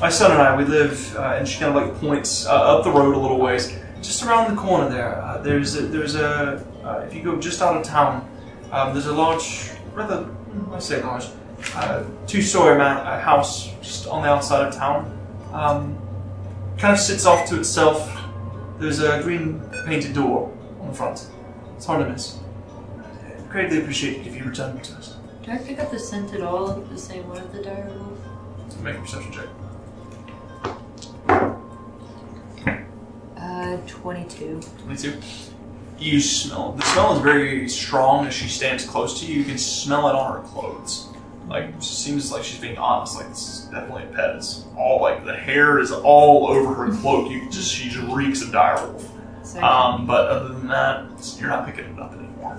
A: my son and I, we live, uh, and she kind of like points uh, up the road a little ways. Just around the corner there, uh, there's a, there's a uh, if you go just out of town, um, there's a large, rather, hmm, I say large, uh, two-story man, uh house just on the outside of town. Um, kind of sits off to itself. There's a green painted door on the front. It's hard to miss. Greatly appreciate it if you return it to us.
B: Do I pick up the scent at all? The same one of the Darwolf?
A: Make a perception check.
B: Uh, 22.
A: 22. You smell The smell is very strong as she stands close to you. You can smell it on her clothes. Like, she seems like she's being honest. Like, this is definitely a pet. It's all, like, the hair is all over her cloak. You just, she just reeks of direwolf.
B: So,
A: Um, but other than that, you're not picking it up anymore.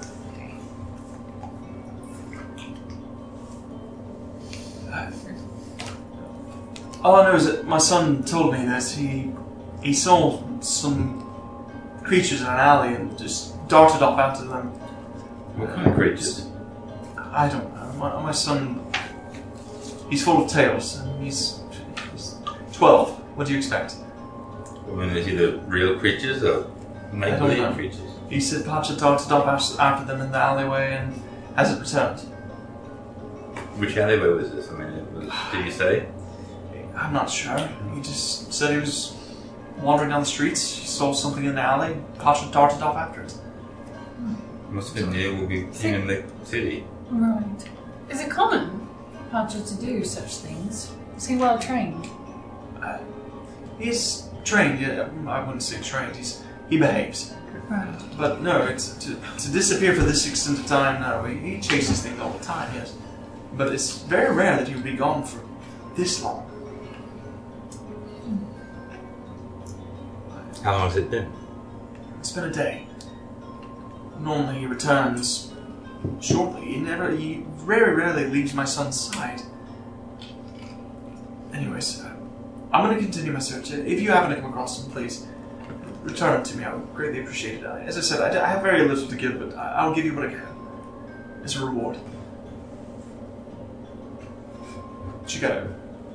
A: All I know is that my son told me that he he saw some creatures in an alley and just darted off after them.
E: what kind of creatures?
A: I don't know. My, my son, he's full of tales, and he's, he's twelve. What do you expect?
E: I mean, is either real creatures or
A: I
E: make
A: don't know.
E: believe creatures?
A: He said Pacha darted off after- after them in the alleyway and hasn't returned.
E: Which alleyway was this? I mean, it was, did you say?
A: I'm not sure. He just said he was wandering down the streets. He saw something in the alley. Pasha darted off after it.
E: It must have been near will be King and Lick City.
C: Right. Is it common, Archer, to do such things? Is he well trained?
A: He's trained. Yeah, I wouldn't say trained. He's he behaves.
C: Right.
A: But no, it's to, to disappear for this extent of time. No, he, he chases things all the time. Yes, but it's very rare that he would be gone for this long.
E: How long has it been?
A: It's been a day. Normally he returns shortly. He never, he very rarely leaves my son's side. Anyways, uh, I'm gonna continue my search. If you happen to come across him, please return it to me. I would greatly appreciate it. I- As I said, I, d- I have very little to give, but I, I'll give you what I can as a reward. She kind of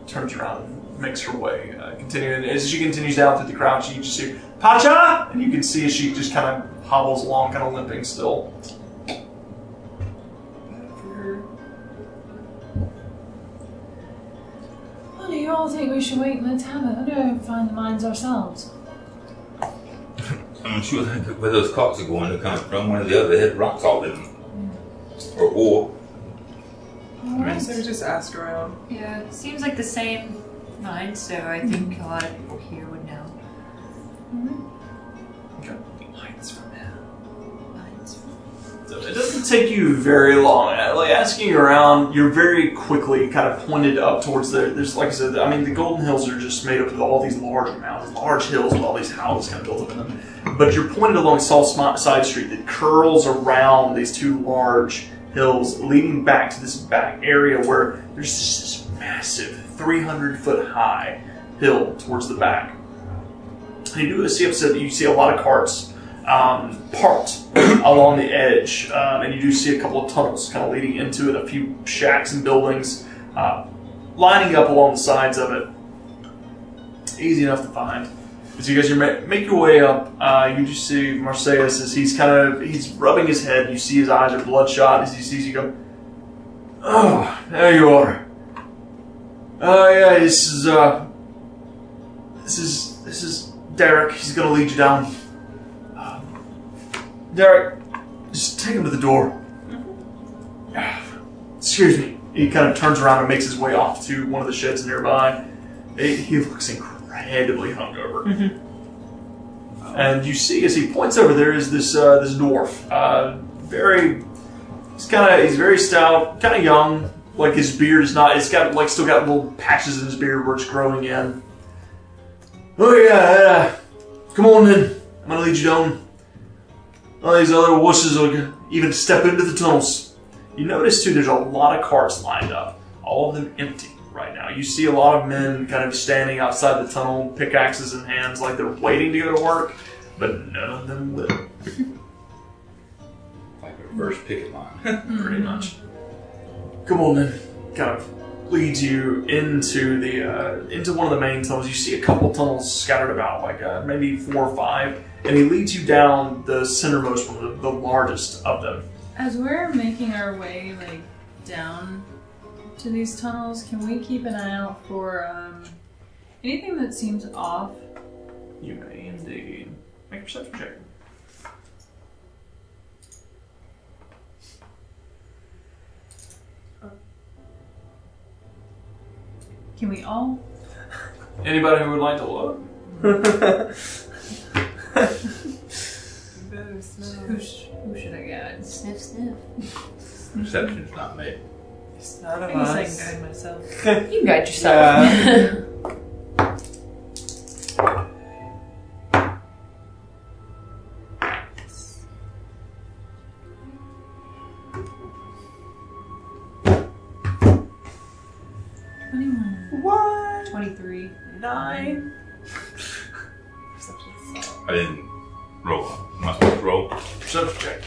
A: turns around and makes her way, uh, continuing. As she continues down through the crowd, she just hears, Pacha! And you can see she just kind of hobbles along, kind of limping still.
C: Well, do you all think we should wait in the tavern and find the mines ourselves?
E: I'm sure that where those clocks are going to come from, one or the other, had rocks all in them. Or war.
D: Alright, so just ask around.
B: Yeah, it seems like the same mind, so I think a lot of people here would know.
A: Lines from
B: Minds.
A: So it doesn't take you very long. Uh, Like asking around, you're very quickly kind of pointed up towards the. There's like I said, I mean the Golden Hills are just made up of all these large mountains, large hills with all these houses kind of built up in them. But you're pointed along South Smi- Side Street that curls around these two large hills, leading back to this back area where there's just this massive 300 foot high hill towards the back. And you do see upset that you see a lot of carts um, parked along the edge, um, and you do see a couple of tunnels kind of leading into it, a few shacks and buildings uh, lining up along the sides of it. Easy enough to find. As you guys are ma- make your way up, uh, you just see Marseilles as he's kind of he's rubbing his head. You see his eyes are bloodshot as he sees you go. Oh, there you are. Oh yeah, this is uh, this is this is Derek. He's gonna lead you down. Um, Derek, just take him to the door. Excuse me. He kind of turns around and makes his way off to one of the sheds nearby. He- he looks incredibly hungover. And you see, as he points over, there is this uh, this dwarf. Uh, very, he's kind of he's very stout, kind of young. Like his beard is not. It's got like still got little patches in his beard where it's growing in. Oh yeah, yeah. come on then. I'm gonna lead you down. All these other wusses will g- even step into the tunnels. You notice too, there's a lot of carts lined up, all of them empty right now. You see a lot of men kind of standing outside the tunnel, pickaxes in hands, like they're waiting to go to work, but none of them will,
E: Like a reverse picket line.
A: pretty much. Come on then, kind of leads you into the uh, into one of the main tunnels. You see a couple tunnels scattered about, like uh, maybe four or five, and he leads you down the centermost one, the, the largest of them.
C: As we're making our way like down to these tunnels, can we keep an eye out for um, anything that seems off?
A: You may indeed. Make a perception check.
C: Can we all?
A: Anybody who would like to look?
D: Better smell.
C: Who, sh- who should I guide?
B: Sniff, sniff.
E: Perception's not made.
D: It's none of
C: I guess I can
D: us.
C: guide myself.
B: You can guide yourself.
D: Uh,
C: Twenty-one.
D: What?
C: Twenty-three.
D: Nine?
E: I didn't roll. Am I supposed to roll?
A: Perception check.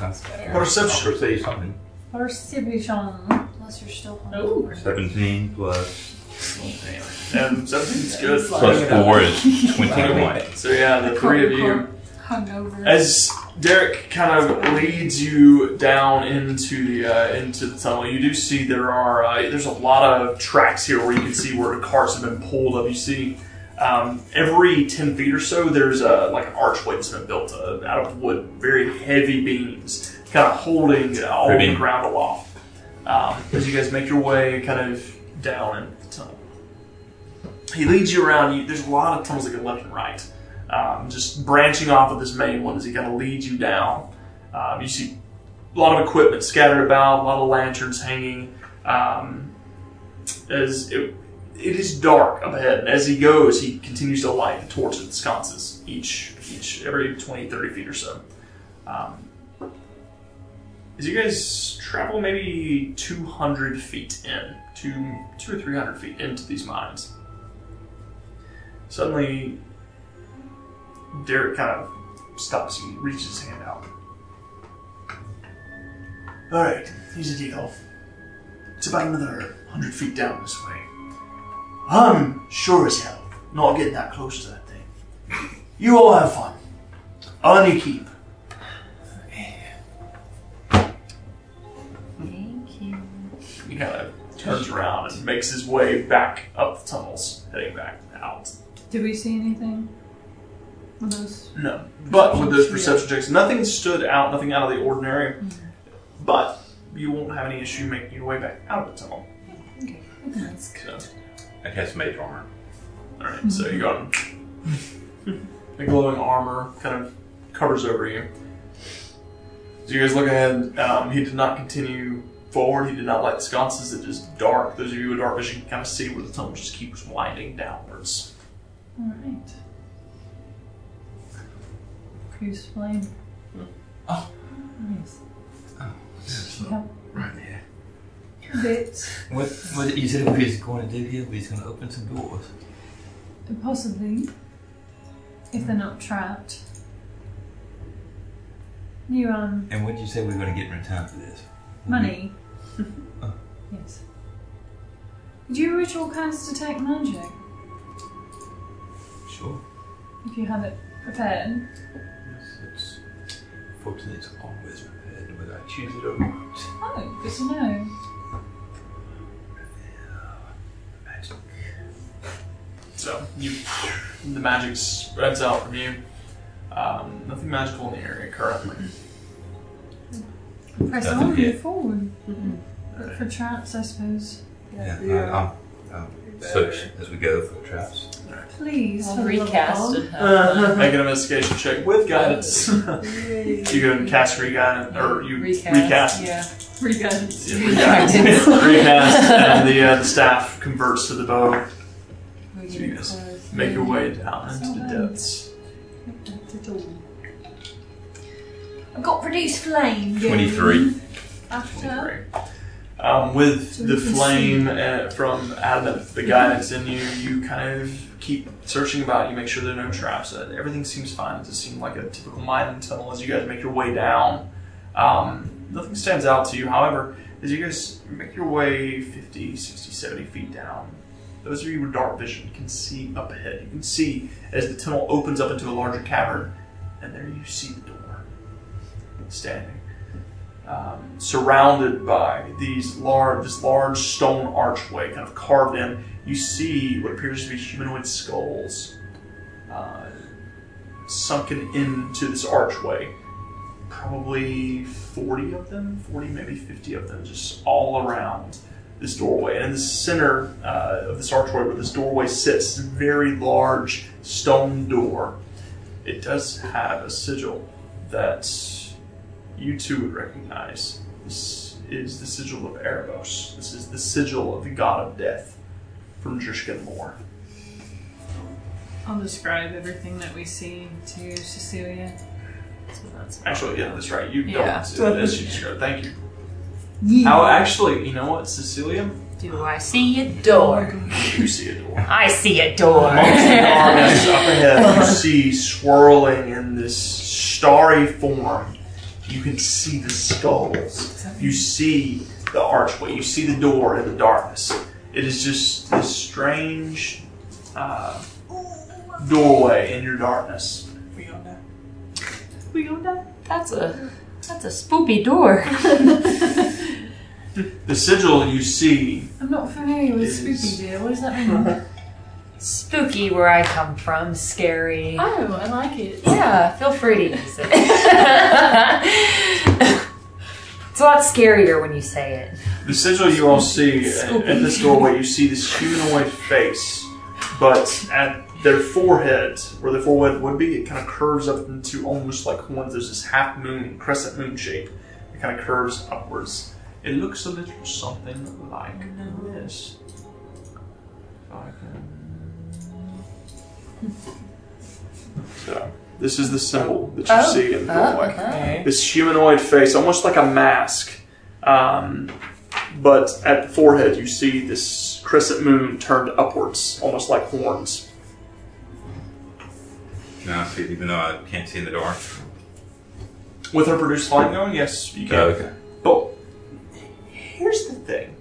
E: That's better.
A: Perception.
E: say something.
C: Perception.
B: Plus, you're still home.
C: Oh.
E: 17 plus,
A: And something's good.
G: Plus four is twenty-one.
D: Wait,
A: So yeah, the three of you.
C: Hungover.
A: As Derek kind of leads you down into the uh, into the tunnel, you do see there are uh, there's a lot of tracks here where you can see where carts have been pulled up. You see um, every ten feet or so, there's a like an archway that's been built uh, out of wood, very heavy beams, kind of holding all the
E: Pretty.
A: ground aloft. Um, as you guys make your way kind of down into the tunnel, he leads you around. You, there's a lot of tunnels that go left and right. um, just branching off of this main one as he kind of leads you down. Um, you see a lot of equipment scattered about, a lot of lanterns hanging. Um, as it, it is dark up ahead, and as he goes, he continues to light the torches and sconces each, each every 20, 30 feet or so. Um, as you guys travel maybe 200 feet in, two, two or 300 feet into these mines, suddenly Derek kind of stops and reaches his hand out. All right, here's a deal. It's about another hundred feet down this way. I'm sure as hell not getting that close to that thing. You all have fun. On your keep.
B: Thank you.
A: He kind of turns around and makes his way back up the tunnels, heading back out.
C: Did we see anything? Were those?
A: No. But with those perception checks, nothing stood out, nothing out of the ordinary. But you won't have any issue making your way back out of the tunnel.
C: That's
A: So,
G: I cast mage armor.
A: alright, so you got the glowing armor kind of covers over you. So you guys look ahead. Um, he did not continue forward. He did not light the sconces. It is dark. Those of you with dark vision can kind of see where the tunnel just keeps winding downwards.
C: All right. Cruise flame.
E: Oh.
C: Nice.
E: Yes,
C: Yeah.
E: Right there.
C: Bit.
E: What, what you said we was going to do here? We was going to open some doors.
C: Possibly. If they're not trapped. You, um,
E: And what did you say we were going to get in return for this?
C: money.
E: Oh.
C: yes. Could you ritual cast detect magic
E: Sure.
C: if you have it prepared?
E: Yes, it's fortunately it's always prepared whether I choose it or not.
C: Oh, good to know.
E: Magic.
A: So you, the magic spreads out from you. Um, nothing magical in the area currently.
C: Press
E: Nothing
C: on,
E: yet.
C: move forward.
E: Mm-hmm.
C: Look for traps, I suppose.
E: Yeah, yeah. I, I'll, I'll search as we go for traps.
C: Please. for
H: I'll
C: the love of
H: recast
C: God.
H: it.
A: Make an investigation check with guidance. you can cast re-guidance, or you recast.
H: Recast. Yeah.
C: Recast.
A: Yeah, recast. recast, and the, uh, the staff converts to the bow.
H: We're
A: So
H: getting
A: you guys
H: close.
A: Make your way down
C: So
A: into the
C: bad.
A: depths.
H: I've got produce flame.
G: Twenty-three.
C: After.
A: Um, with
C: So
A: the
C: we can
A: flame uh, from adamant, the guidance in you, you kind of keep searching about. You make sure there are no traps. Uh, everything seems fine. It does seem like a typical mining tunnel as you guys make your way down. Um, nothing stands out to you. However, as you guys make your way 50, 60, 70 feet down, those of you with dark vision can see up ahead. You can see as the tunnel opens up into a larger cavern, and there you see the door standing um, surrounded by these large, this large stone archway, kind of carved in. You see what appears to be humanoid skulls uh, sunken into this archway. Probably 40 of them, 40, maybe 50 of them, just all around this doorway. And in the center uh, of this archway, where this doorway sits, is a very large stone door. It does have a sigil that you too would recognize. This is the sigil of Erebos. This is the sigil of the god of death from Drishkin Moor.
C: I'll describe everything that we see to Cecilia.
A: Actually, yeah, that's right. You
H: Yeah.
A: don't. As you described. Thank you. Oh, actually, you know what, Cecilia?
B: Do I see a door?
A: You see a door.
B: I see a door.
A: Amongst the darkness up ahead, you see swirling in this starry form. You can see the skulls. You see the archway. You see the door in the darkness. It is just this strange uh, doorway in your darkness.
D: We don't know.
C: We go down.
H: That's a that's a spoopy door.
A: The sigil you see
C: I'm not familiar with
A: It is-
C: spooky dear. What does that mean?
B: Spooky where I come from. Scary.
C: oh, I like it.
B: Yeah, feel free to use it. it's a lot scarier when you say it.
A: The sigil you all see at, at this doorway, you see this humanoid face, but at their forehead, where their forehead would be, it kind of curves up into almost like horns. There's this half moon, crescent moon shape. It kind of curves upwards. It looks a little something like this. If I can- So, this is the symbol that you
H: Oh.
A: see in the
H: Oh,
A: doorway
D: Okay.
A: this humanoid face, almost like a mask. Um, but at the forehead, you see this crescent moon turned upwards, almost like horns.
G: Can I see it even though I can't see in the door?
E: Oh,
A: With her produced flying going, yes, you can.
E: Uh,
G: okay.
A: But here's the thing.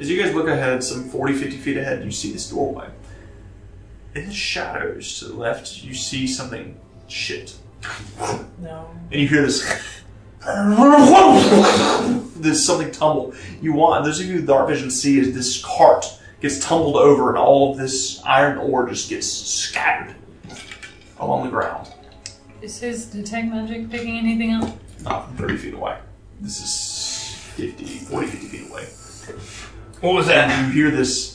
A: As you guys look ahead, some 40, 50 feet ahead, you see this doorway. In the shadows to the left, you see something shit.
D: No.
A: and you hear this there's something tumble you want those of you with dark vision see is this cart gets tumbled over and all of this iron ore just gets scattered along the ground
C: Is his detect magic picking anything up?
A: not from 30 feet away this is 50 40 50 feet away
G: What was that?
A: you hear this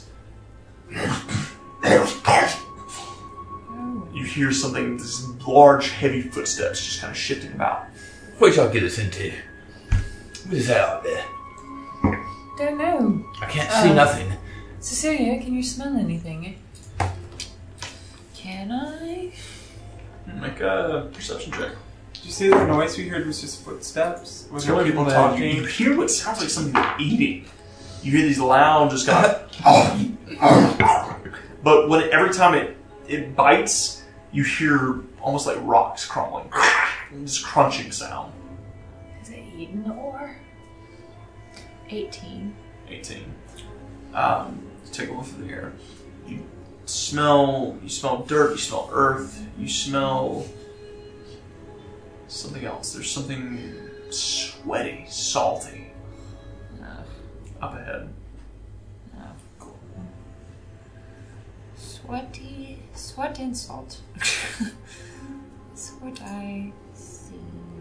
A: you hear something this large heavy footsteps just kind of shifting about
E: What y'all get us into? What is that out there?
C: Don't know.
E: I can't see
C: Uh,
E: nothing.
C: Cecilia, can you smell anything? Can I?
A: make a perception check
D: Did you see the noise we heard was just footsteps? Was
A: Tell
D: there people
A: everyone that you, you
D: talking?
A: hear what sounds like something eating. You hear these loud, just kind of. but when every time it it bites, you hear almost like rocks crumbling, this crunching sound.
C: Is it Eden or?
H: 18.
A: Eighteen. Um, take a whiff of the air. You smell. You smell dirt. You smell earth. You smell something else. There's something sweaty, salty up ahead.
H: Sweaty. Sweat and salt. That's what I see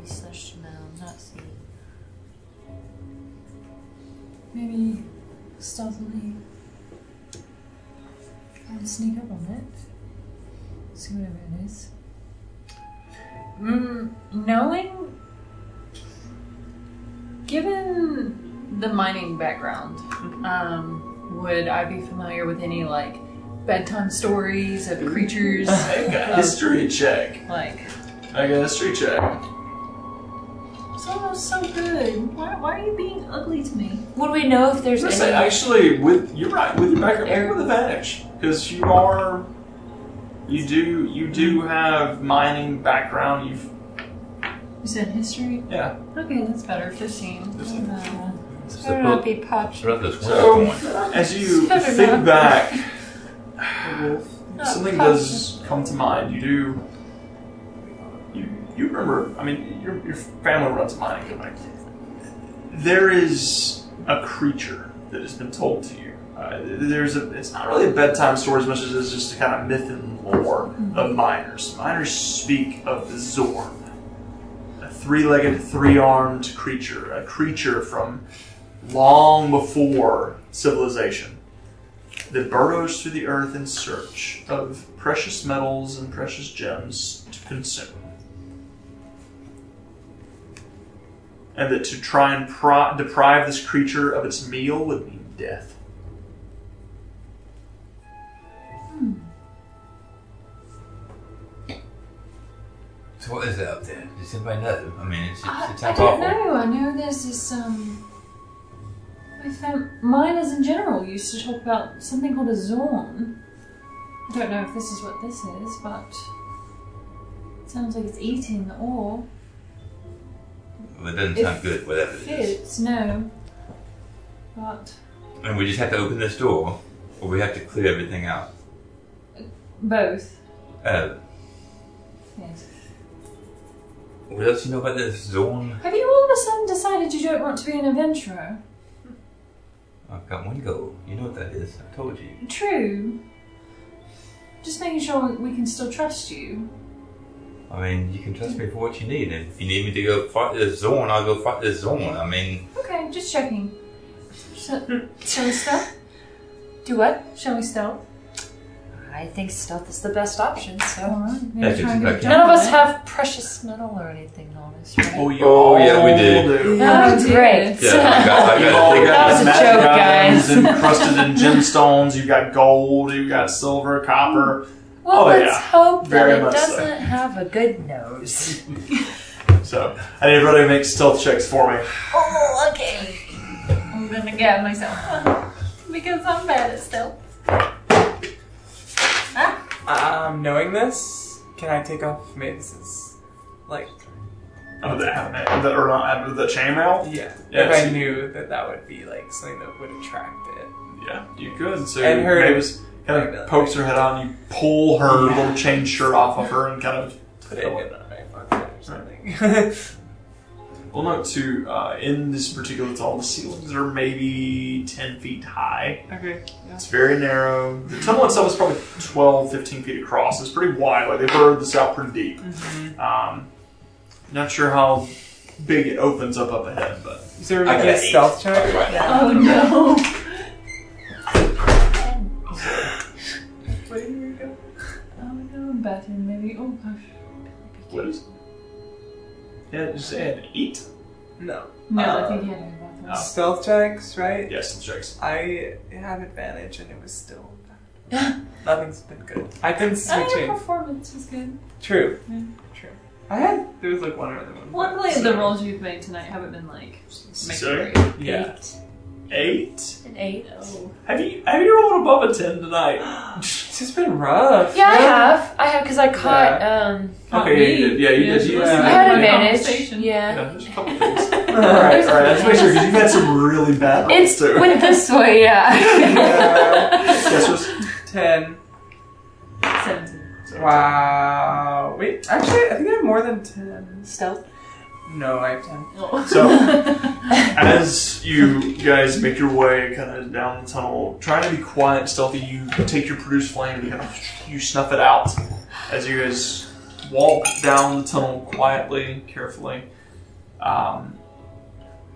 H: slash smell, not see.
C: Maybe stealthily try to sneak up on it. See whatever it is. Mm, knowing, given the mining background, um, would I be familiar with any like bedtime stories of creatures?
A: Make a history check.
C: like,
A: I got a history check.
C: it's almost so good. Why, why are you being ugly to me?
H: Would we know if there's
A: I
H: any?
A: say, actually, with you're right with your background, make it with advantage because you are, you do you do have mining background. You've
C: You said history?
A: yeah.
C: Okay, that's better. 15. Uh,
E: It's
H: Better not be popped.
E: Rub this
A: So-
E: window point.
A: As you
H: Better
A: think
H: not.
A: back,
H: Not
A: something
H: popped.
A: does come to mind. You do. You you remember? I mean, your your family runs a mining company. There is a creature that has been told to you. Uh, there's a. It's not really a bedtime story as much as it's just a kind of myth and lore of miners. Miners speak of the Zorn, a three-legged, three-armed creature, a creature from long before civilization that burrows through the earth in search of precious metals and precious gems to consume. And that to try and pro- deprive this creature of its meal would mean death.
E: So what is that up there? Does anybody know? I mean, it's,
C: I,
E: it's, it's
C: I don't
E: awful.
C: know. I know there's this um. My fam- miners in general used to talk about something called a zorn. I don't know if this is what this is, but it sounds like it's eating the ore.
G: Well, it doesn't
C: It
G: sound good, whatever it is.
C: Fits no, but
G: And we just have to open this door, or we have to clear everything out.
C: both.
G: Uh,
C: Yes.
E: What else you know about this zone?
C: Have you all of a sudden decided you don't want to be an adventurer?
E: I've got one goal. You know what that is. I told you.
C: True. Just making sure we can still trust you.
E: I mean, you can trust me for what you need. And if you need me to go fight this zone, I'll go fight this zone. I mean,
C: Okay, just checking. So, shall we stealth? Do what? Shall we stealth?
H: I I think stealth is the best option, so.
C: Alright, maybe
G: That's
C: try and
G: exactly-
C: get a
H: None of us
C: jump
H: have precious metal or anything on us, right?
A: Oh, you
G: Oh,
A: all
G: yeah, we did.
A: do.
C: on it.
H: Oh,
C: Oh, dear.
H: great.
G: Yeah, I got, I
A: You've all
G: got a
A: got
H: That was a
A: magic
H: joke,
A: items
H: guys.
A: encrusted in gemstones. You've got gold. You've got silver, copper.
H: Well,
A: Oh,
H: let's
A: yeah.
H: hope
A: Very
H: that it
A: much so.
H: doesn't have a good nose.
A: So I need everybody to make stealth checks for me.
H: oh, okay. I'm gonna get myself.
C: because I'm bad at stealth.
D: Um, knowing this, can I take off Mavis's? Like,
A: Oh, the, the, or not, the chainmail.
D: yeah.
A: Yeah,
D: if I
A: she-
D: knew that that would be like something that would attract it.
A: Yeah, you could. So
D: And her-
A: Mavis kind of pokes her head on. You pull her little chain shirt off of her and kind of
D: Put it in my pocket or something.
A: Well, no, to uh, in this particular tunnel, the ceilings are maybe 10 feet high.
D: okay.
A: It's very narrow. The tunnel itself is probably 12, 15 feet across. It's pretty wide. Like, they've burrowed this out pretty deep. Um, not sure how big it opens up up ahead, but.
D: So we're
G: I got
D: making a
G: eight.
D: stealth check.
C: Oh no.
D: Where did we go?
C: Oh no, I'm better maybe. Oh gosh.
A: What is it? Yeah, just add 8.
D: No.
C: No,
D: Uh,
C: I think he had a bathroom.
A: Oh.
D: Stealth checks, right?
A: Yes, it checks.
D: I have advantage, and it was still. bad. Nothing's been good. I've been
C: Oh, your
D: switching.
C: performance was good.
D: True.
C: Yeah.
D: True. I had there was like one other one.
C: Luckily,
D: So-
C: the rolls you've made tonight haven't been like making
A: So-
C: great.
D: Yeah.
A: 8?
H: An eight.
C: Oh.
A: Have you, have you rolled above a 10 tonight?
D: It's just been rough.
H: Yeah, I have. I have because I caught. Um,
A: Okay, yeah, you did. Yeah, you did.
C: she
A: You
C: was
A: did.
C: in
H: I had
C: my
H: advantage.
C: conversation.
H: Yeah.
A: Yeah, there's a couple things. Alright, alright, let's make sure, because you've had some really bad rolls
B: It's
A: too.
B: went this way, yeah.
D: Yeah.
A: Yes, yes.
D: Ten.
C: Seventeen.
D: Wow. Wait, actually, I think I have more than ten.
B: Stealth.
D: No, I have ten.
C: Oh.
A: So, as you guys make your way kind of down the tunnel, trying to be quiet and stealthy, you take your produced flame and you kind of you snuff it out as you guys walk down the tunnel quietly, carefully. Um,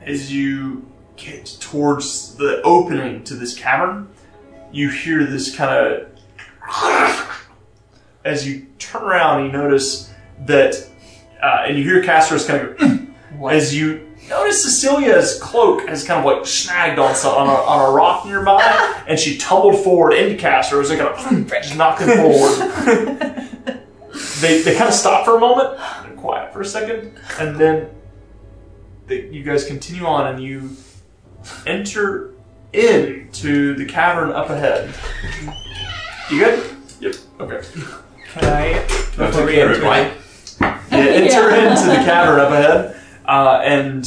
A: as you get towards the opening to this cavern, you hear this kind of. As you turn around, you notice that, uh, and you hear Castor's kind of go,
D: What?
A: as you notice Cecilia's cloak has kind of like snagged on some, on, a, on a rock nearby, and she tumbled forward into Castor. It was like kind of just knocked him forward. they, they kind of stop for a moment, they're quiet for a second, and then they, you guys continue on and you enter into the cavern up ahead. You good? Yep. Okay.
D: Can I? Before we
G: Care of it,
D: enter,
G: right?
A: You enter into the cavern up ahead, uh, and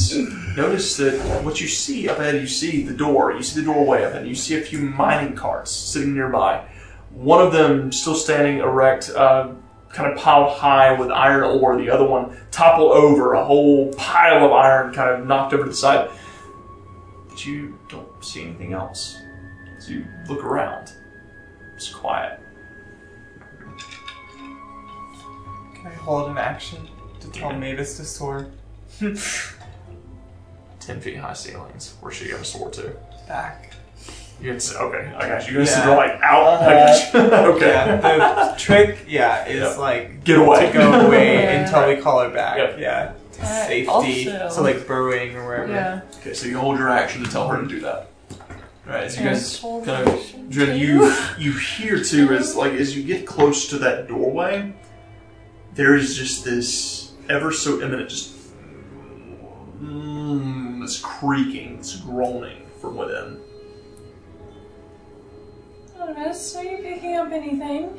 A: notice that what you see up ahead, you see the door, you see the doorway up ahead, you see a few mining carts sitting nearby. One of them still standing erect, uh, kind of piled high with iron ore. The other one toppled over, a whole pile of iron kind of knocked over to the side. But you don't see anything else. So you look around. It's quiet.
D: can I hold an action to tell Mavis to soar
A: Ten feet high ceilings. Where's she gonna soar to?
D: back?
A: You can see, okay, I got you. You can see
D: Yeah.
A: they're like out. I got you. okay.
D: Yeah, the trick, yeah, is
A: Yeah.
D: like
A: Get away.
D: to go away
H: Yeah.
D: until we call her back.
A: Yep.
D: Yeah, to
H: Uh,
D: safety.
H: also-
D: So like burrowing or wherever.
H: Yeah.
A: Okay, so you hold your action to tell her to do that. All right, so you guys
H: And
A: kind of
H: told
A: Dren, you you hear too as like as you get close to that doorway, there is just this ever so imminent just mm, this creaking, this groaning from within.
H: Oh,
C: Honest, are you picking up anything?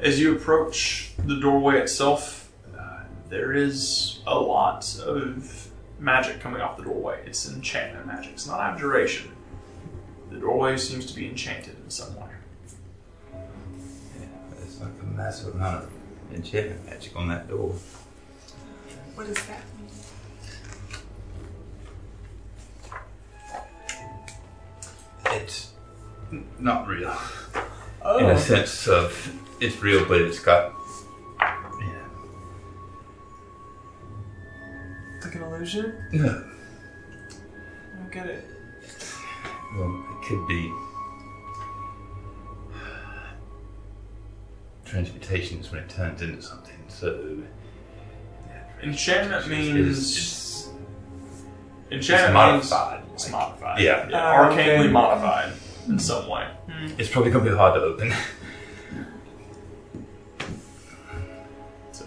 A: As you approach the doorway itself, uh, there is a lot of magic coming off the doorway. It's enchantment magic, it's not abjuration. The doorway seems to be enchanted in some way.
E: It's like a massive amount of enchantment magic on that door.
D: What does that mean?
E: It's n- not real. In
D: Oh,
E: a sense of it's real, but it's got. Yeah.
D: like an illusion?
E: Yeah.
D: I don't get it.
E: Well, it could be.
G: transmutation is when it turns into something. So It's-
A: Enchantment means.
G: it's
A: Enchantment means.
G: modified.
A: It's
G: like-
A: modified.
G: Yeah.
D: Oh, okay.
A: Arcanely modified in some way.
G: It's probably gonna be hard to open.
A: So,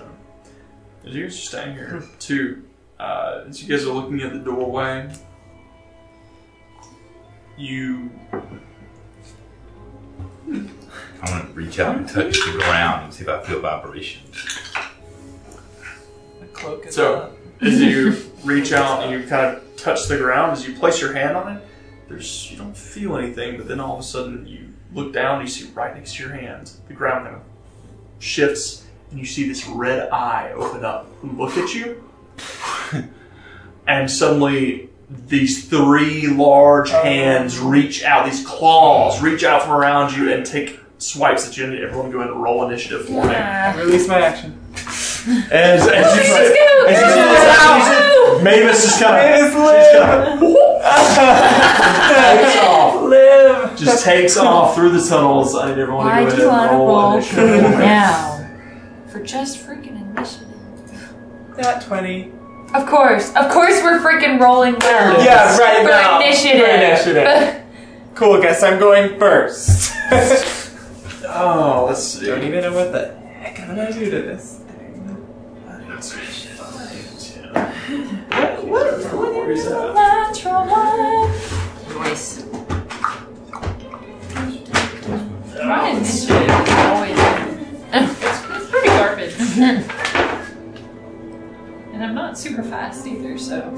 A: as you guys are standing here, too, uh, as you guys are looking at the doorway, you
G: I want to reach out and touch the ground and see if I feel vibrations.
D: The cloak is
A: So-
D: up.
A: as you reach out and you kind of touch the ground, as you place your hand on it, there's you don't feel anything, but then all of a sudden you look down and you see right next to your hand, the ground kind of shifts and you see this red eye open up and look at you. and suddenly these three large hands reach out, these claws reach out from around you and take swipes at you and everyone go ahead and roll initiative for me.
H: Yeah.
D: Release my action.
A: As, as you say- as you see this action, you see Mavis just kind of
D: Mavis, live!
A: takes off.
D: live!
A: Just takes off through the tunnels. I need everyone
H: Why
A: to
H: do you
A: go ahead
H: want to
A: and roll
H: roll
A: initiative.
H: now? For just freaking initiative.
D: Not 20.
H: Of course. Of course we're freaking rolling well.
D: Yeah, right
H: For
D: now.
H: initiative.
D: For initiative. Cool, guess I'm going first.
A: Oh, let's see.
D: Don't even know what the heck I'm gonna do to this thing. What? What? What is that?
H: Natural one. Voice.
C: My initiative is always it's, it's pretty garbage. and I'm not super fast either, so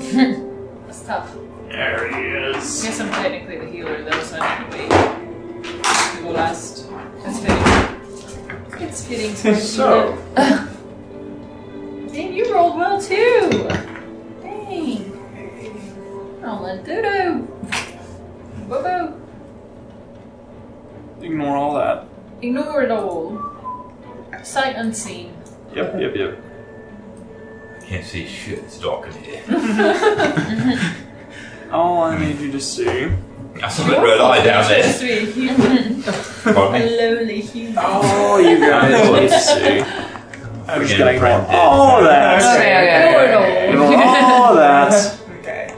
C: that's tough.
A: There he
C: I
A: is.
C: guess I'm technically the healer though, so I need to wait to go last. That's fitting. It's fitting for a
A: So-
C: healer. Dang, you rolled well too. Dang. Oh, Rolling doo doo. Boo boo.
A: Ignore all that.
C: Ignore it all. Sight unseen.
A: Yep, yep, yep.
G: I can't see shit. It's dark in here.
A: All I need you to see.
G: I saw that red eye down there.
C: Just to be a human, a
G: Pardon me.
C: lowly human.
A: Oh, you guys need to see. I'm just gonna ignore
G: Brandon.
A: all that.
C: okay,
A: Ignore all that.
D: Okay.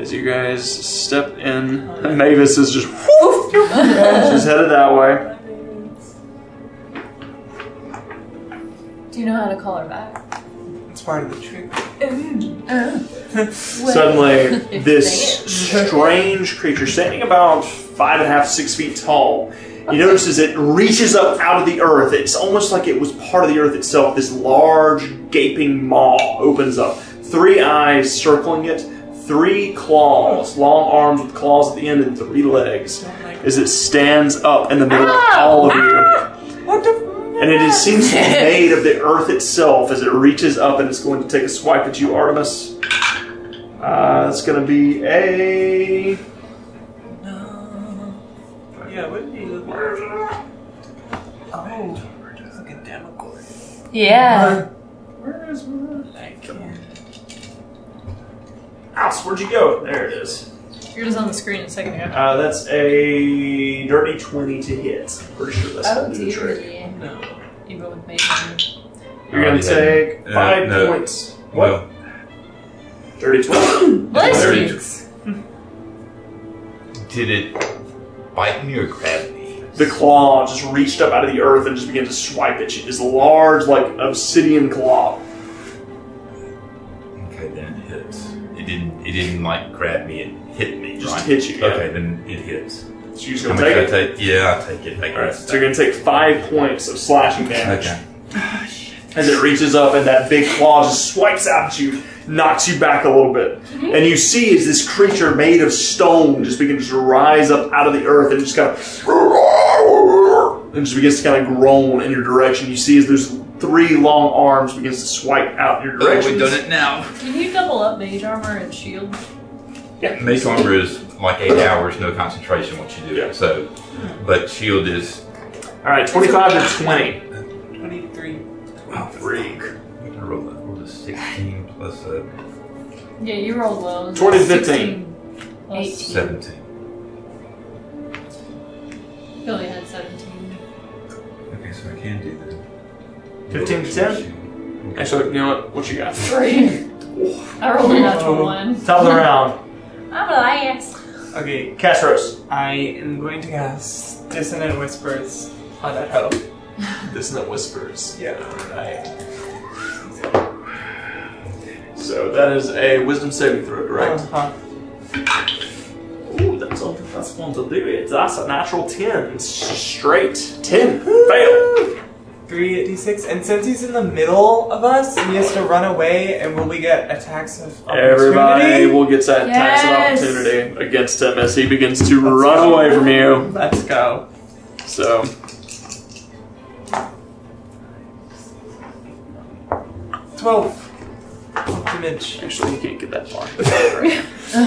A: As you guys step in, Mavis is just woof, she's headed that way.
C: Do you know how to call her back?
D: It's part of the trick.
A: Suddenly, this strange creature, standing about five and a half, six feet tall, you notice as it reaches up out of the earth, it's almost like it was part of the earth itself. This large, gaping maw opens up, three eyes circling it, three claws, long arms with claws at the end, and three legs, as it stands up in the middle of all of you.
D: What the?
A: And it is, seems to be made of the earth itself as it reaches up and it's going to take a swipe at you, Artemis. Uh, it's going to be a.
D: Yeah, wouldn't he look? Oh, it's like a demogorgon.
H: Yeah.
A: Where is my.
D: I can't.
A: Ow, where'd you go? There it is.
C: You're just on the screen a second ago.
A: Uh, that's a dirty 20 to hit. Pretty sure that's
H: Oh
A: gonna do the trick.
H: dear.
D: No.
C: You rolled with me.
A: You're going
G: Alrighty
A: to
G: then.
A: take
G: Uh,
A: five
G: no.
A: points.
G: Well,
A: Dirty 20.
G: Very
H: Blessings.
G: did it bite me or grab me?
A: the claw just reached up out of the earth and just began to swipe at you. This large, like, obsidian claw.
G: Okay, then it hits. It didn't. It didn't like grab me. It hit me.
A: Just
G: right?
A: hit you, yeah.
G: Okay, then it hits.
A: So you're just
G: How
A: going
G: much
A: to take
G: do I
A: it.
G: take? Yeah, I'll take it. I
A: Alright,
G: guess.
A: so you're gonna take five points of slashing damage
G: Okay.
A: as it reaches up and that big claw just swipes out at you, knocks you back a little bit. And you see as this creature made of stone just begins to rise up out of the earth and just kind of and just begins to kind of groan in your direction. You see as those three long arms begins to swipe out in your
G: Oh,
A: direction.
G: we've done it now.
C: Can you double up mage armor and shield?
G: Mace armor is like eight hours, no concentration once you do
A: Yeah.
G: it. So, but shield is
A: All right, twenty-five to twenty.
D: 23.
G: wow, freak. I'm gonna roll a, roll a sixteen plus a
C: Yeah, you rolled well.
A: 20 to 15.
C: 16 plus-
H: Eighteen.
G: seventeen.
C: Billy had 17.
G: Okay, so
E: I can do that.
I: 15 to 10?
A: Actually, you know what? What you got?
C: Three. I
A: Oh.
C: rolled a natural one.
I: Top of the round.
H: I'm a lioness.
D: Okay,
I: Castros.
D: I am going to cast Dissonant Whispers on that hoe.
A: This nut whispers.
D: Yeah, right.
A: So that is a wisdom saving throw, correct?
D: Uh-huh.
A: Um, Ooh, that's all that's going to do it. That's a natural 10. S- Straight. 10. Fail.
D: 3d6, and since he's in the middle of us, he has to run away, and will we get attacks of opportunity?
A: Everybody will get that
B: Yes.
A: tax of opportunity against him as he begins to run away from you.
D: Let's go.
A: So.
D: Twelve. Damage.
A: Actually, he can't get that far.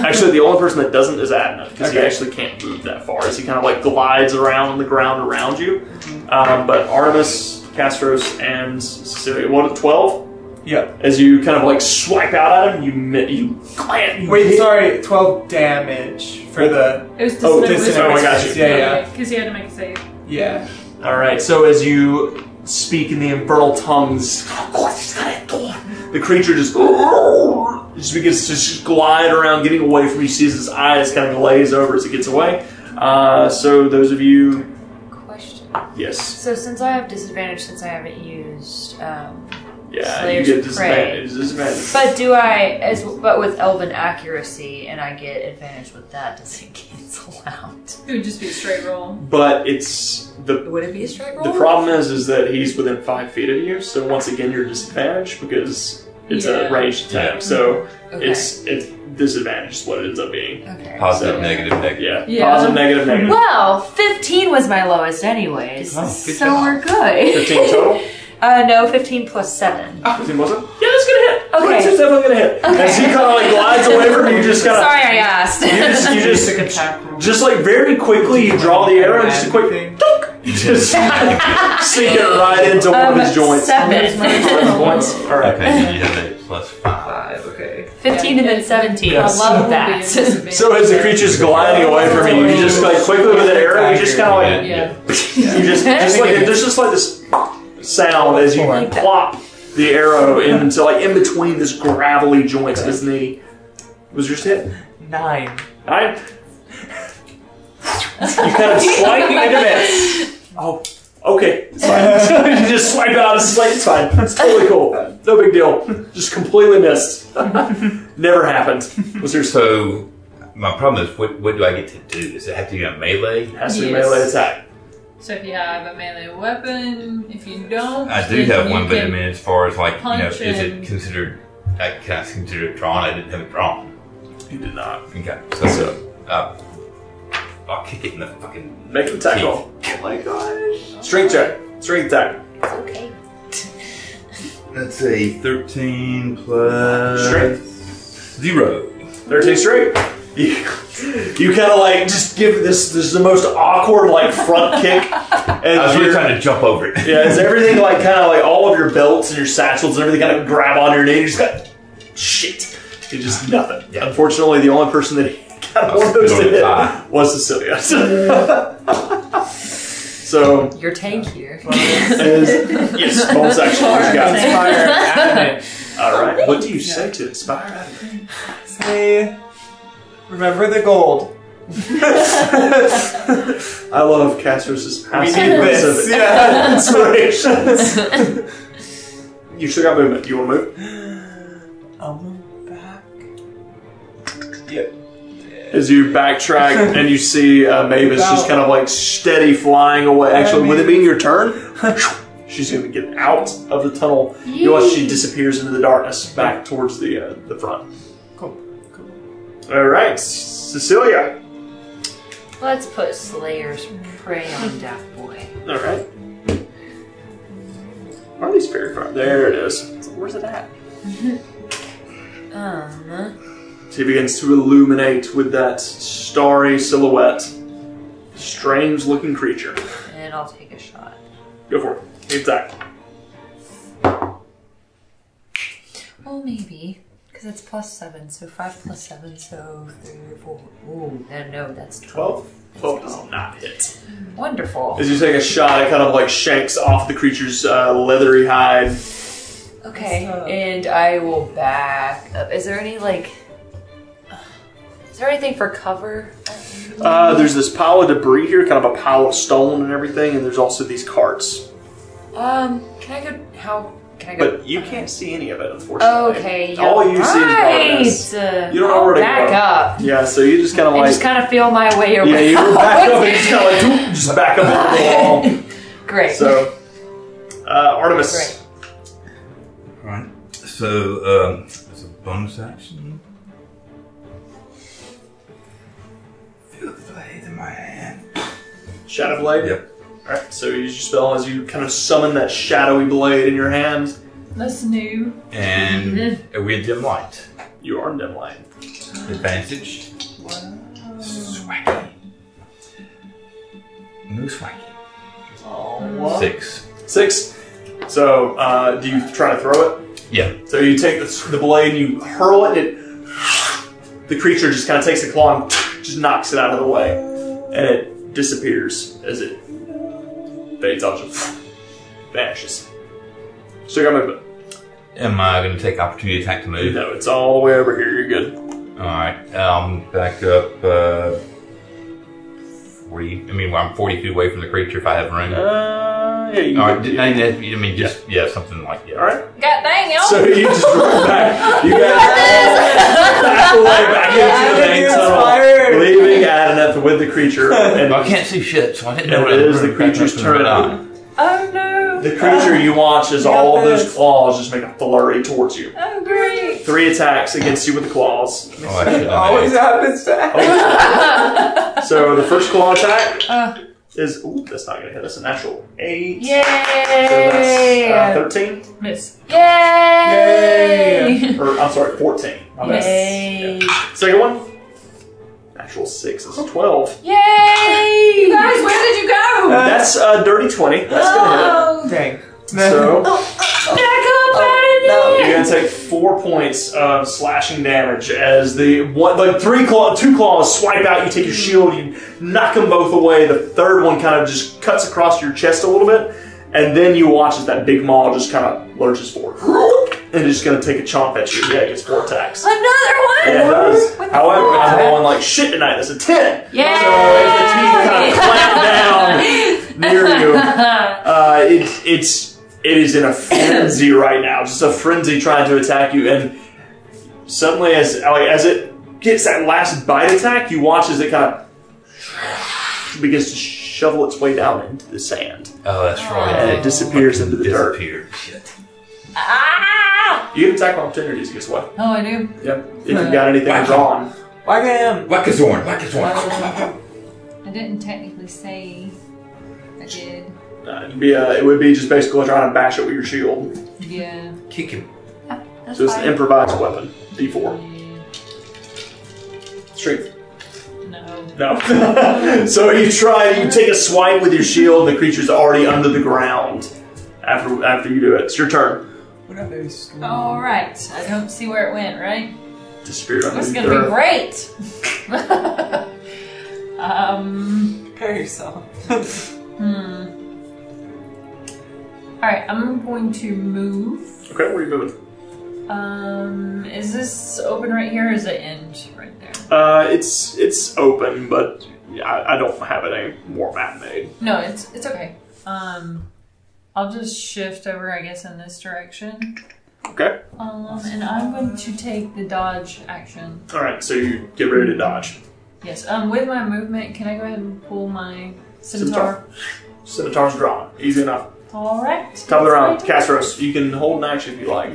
A: actually, the only person that doesn't is Adna because he
D: Okay.
A: actually can't move that far. As he kind of like glides around the ground around you. Um, but Artemis, Castros, and Cecilia, what twelve?
D: Yep.
A: As you kind of like swipe out at him, you mi- you clam. You
D: Wait,
A: hit-
D: sorry, twelve damage for the
C: It was
A: Oh,
C: dissonant
A: dissonant
C: whispers.
A: Oh, I got you.
D: Yeah, yeah.
C: Because you had to make a save.
D: Yeah.
A: All right. So as you speak in the infernal tongues, the creature just just begins to just glide around, getting away from you. Sees his eyes kind of glaze over as it gets away. Uh, so those of you,
H: Question.
A: yes,
B: So since I have disadvantage, since I haven't used, um,
A: yeah,
B: Slayer's
A: you get
B: Prey.
A: disadvantage. disadvantage.
B: but do I as but with elven accuracy, and I get advantage with that? Does it cancel out?
C: It would just be a straight roll.
A: But it's the
B: Would it be a straight roll?
A: the problem is is that he's within five feet of you. So once again, you're disadvantaged because it's
C: Yeah.
A: a ranged attack.
G: Yeah.
A: So
B: Okay.
A: it's it's disadvantage is what it ends up being.
B: okay.
G: Positive, negative, negative.
A: Yeah,
C: Yeah.
A: positive, negative, negative.
B: Well, 15 was my lowest, anyways.
G: Oh, good
B: so
G: job.
B: we're good.
A: 15 total?
B: Uh, no, 15 plus 7.
A: 15 was it? Ah. Yeah, that's gonna hit.
B: Okay.
A: That's definitely gonna hit. As he kind of like glides away from you, you just kind of.
B: Sorry I asked.
A: You just, you
D: Basic
A: just,
D: attack roll.
A: just like very quickly, you draw the arrow, and just a quick,
D: Thing.
A: you just sink it right into one of his joints. One of his
B: Um, Seven.
A: joints. All right.
G: Okay, you have a plus five.
D: Five. Okay.
B: 15 and then 17.
A: Yes.
B: I
C: It would
B: love
C: be a
B: that.
C: disadvantage.
A: So as the creature's gliding away from you, you just like quickly with an arrow, you just kind of like
C: Yeah.
A: You just, just like there's just like this sound as you
B: Like that.
A: plop the arrow into like in between this gravelly joint of his knee. Was yours hit?
D: Nine.
A: I. You kind of swipe you into it. Oh, okay. It's fine. you just swipe it out. It's like it's fine. It's totally cool. No big deal. Just completely missed. Never happened. Was yours so?
G: So, my problem is, what, what do I get to do? Does it have to be a melee?
A: Has to be
C: Yes.
A: melee attack.
C: So if you have a melee weapon, if you don't,
G: I do
C: then
G: have
C: you
G: one, but I
C: can-
G: mean, as far as like, you know,
C: punch
G: is it
C: and-
G: considered, I can I consider it drawn? I didn't have it drawn.
A: You did not
G: Okay, so, so uh, I'll kick it in the fucking.
A: make an attack roll. Oh my gosh! Strength check. Strength attack.
H: It's okay.
G: That's a 13
A: Uh,
G: plus. Zero.
A: Thirteen straight. You, you kind of like just give this this is the most awkward like front kick. And
G: I was
A: you're-
G: really trying to jump over it.
A: Yeah, is everything like kind of like all of your belts and your satchels and everything kind of grab on your knee? You just got shit. You just nothing.
G: Yeah.
A: Unfortunately, the only person that got one of those to hit was Cecilia. so
B: Your tank here.
A: as, yes, bonus action. what you got?
D: Fire. adamant.
A: All right. What do you say to inspire? Adam?
D: Say, remember the gold.
A: I love Castor's passive
D: need this,
A: aggressive inspirations. you still got movement. Do you want to move?
D: I'll move back.
A: As you backtrack and you see uh, Mavis just kind of like steady flying away. Actually, with it being your turn, she's going to get out of the tunnel. You watch she disappears into the darkness back towards the uh, the front.
D: Cool. Cool.
A: All right, Cecilia.
B: Let's put Slayer's prey on Death Boy.
A: All right. Are these fairy fire? There it is. Where's it at?
B: Um,
A: She begins to illuminate with that starry silhouette. Strange looking creature.
B: and I'll take a shot.
A: Go for it. Exactly.
H: Well, maybe. Because Because it's plus seven, so five plus seven, so three, four. Ooh, no, no, that's
I: 12?
A: 12 does not hit.
H: wonderful.
A: As you take a shot, it kind of like shanks off the creature's uh, leathery hide.
H: Okay, and I will back up. Is there any like? Is there anything for cover?
A: Uh, there's this pile of debris here, kind of a pile of stone and everything, and there's also these carts.
H: Um, can I go? How can I go? Oh,
A: But you can't see any of it, unfortunately.
H: Okay, you're
A: All you see is
H: right.
A: darkness.
H: Uh,
A: You don't know where to
H: back
A: go.
H: up.
A: Yeah, so you just kind of
H: I
A: like.
H: just kind of feel my way around.
A: yeah, you were back up and you just kind of like, doop, just back up over the wall.
H: Great.
A: So, uh, Artemis.
H: Great.
E: Alright. So, um, it's a bonus action. Feel the blade in my hand.
A: Shadow Blade.
E: Yep.
A: Alright, so you use your spell as you kind of summon that shadowy blade in your hand.
C: That's new.
E: And a weird dim light.
A: You are in dim light.
E: Advantage. Swaggy. No swaggy. Six.
A: Six. So, uh, do you try to throw it?
E: Yeah.
A: So you take the, the blade and you hurl it, and it, the creature just kind of takes the claw and just knocks it out of the way. And it disappears as it fades out, just vanishes. So you got movement.
E: Am I going to take opportunity attack to move?
A: No, it's all the way over here. You're good.
E: Alright, um, back up, uh, 40, I mean, well, I'm 40 feet away from the creature if I have room.
A: Uh, yeah, you
E: Alright, I mean, I mean, just, yeah, something like, yeah.
A: All right.
H: God dang it!
A: So you just run back. You guys back away back into the main
D: Oh,
A: tunnel, leaving Adeneth with the creature. And
E: I can't see shit, so I didn't know
A: it
E: what
A: is the creature's turn.
H: oh no!
A: The creature you watch as all of those claws just make a flurry towards you.
H: Oh great!
A: Three attacks against you with the claws.
E: Oh, I should
D: Always
E: have.
D: happens to us.
A: So the first claw attack
H: Uh.
A: is ooh, that's not gonna hit. That's a natural eight. So
H: Yay!
A: that's uh, thirteen.
C: Miss.
H: Yay!
A: Or I'm sorry, fourteen. My bad.
H: Yay!
A: Second one. Natural six is twelve.
H: Yay!
B: Guys, where did you go?
D: Uh.
A: That's a dirty 20. That's gonna
D: Dang.
A: hit. So,
D: No.
A: you're gonna take four points of slashing damage as the one, like three claw, two claws swipe out. You take your shield, you knock them both away. The third one kind of just cuts across your chest a little bit, and then you watch as that big maul just kind of lurches forward and it's gonna take a chomp at you. Yeah, it gets four attacks.
H: Another
A: Yeah, it
H: one!
A: does. However, I'm rolling like shit tonight. That's a ten.
H: Yay!
A: So as the teeth kind of clamp down near you, uh, it, it's it is in a frenzy right now. Just a frenzy trying to attack you, and suddenly, as like, as it gets that last bite attack, you watch as it kind of begins to shovel its way down into the sand,
E: Oh, that's
A: and
E: right.
A: it disappears into the dirt.
E: Disappeared. Shit.
H: Ah!
A: You get attack opportunities. Guess what?
C: Oh, I do.
A: Yep. If you got anything
E: Wow.
A: drawn,
D: Whack him.
E: Like a Zorn, like a Zorn.
C: I didn't technically say I did.
A: uh, it'd be uh, it would be just basically trying to bash it with your shield.
C: Yeah.
E: Kick him.
H: That's
A: So it's an
H: fine.
A: improvised weapon. D4. Strength.
C: No.
A: No. so you try, you take a swipe with your shield, and the creature's already under the ground after after you do it. It's your turn.
D: What up, baby? Squirrel?
C: All right. I don't see where it went. Right.
A: Disappear under
C: This is
A: the
C: gonna be
A: dirt.
C: great. um.
D: Oh. Prepare yourself.
C: All right. I'm going to move.
A: Okay, where are you moving?
C: Um. Is this open right here? Or is it end right there?
A: Uh, it's it's open, but I, I don't have it any more map made.
C: No, it's it's okay. Um, I'll just shift over, I guess, in this direction.
A: Okay.
C: Um, and I'm going to take the dodge action.
A: All right, so you get ready to dodge.
C: Yes. Um, with my movement, can I go ahead and pull my scimitar?
A: Scimitar's drawn. Easy enough.
C: All right.
A: Top of the round,
C: That's my
A: Castros. You can hold an action if you like.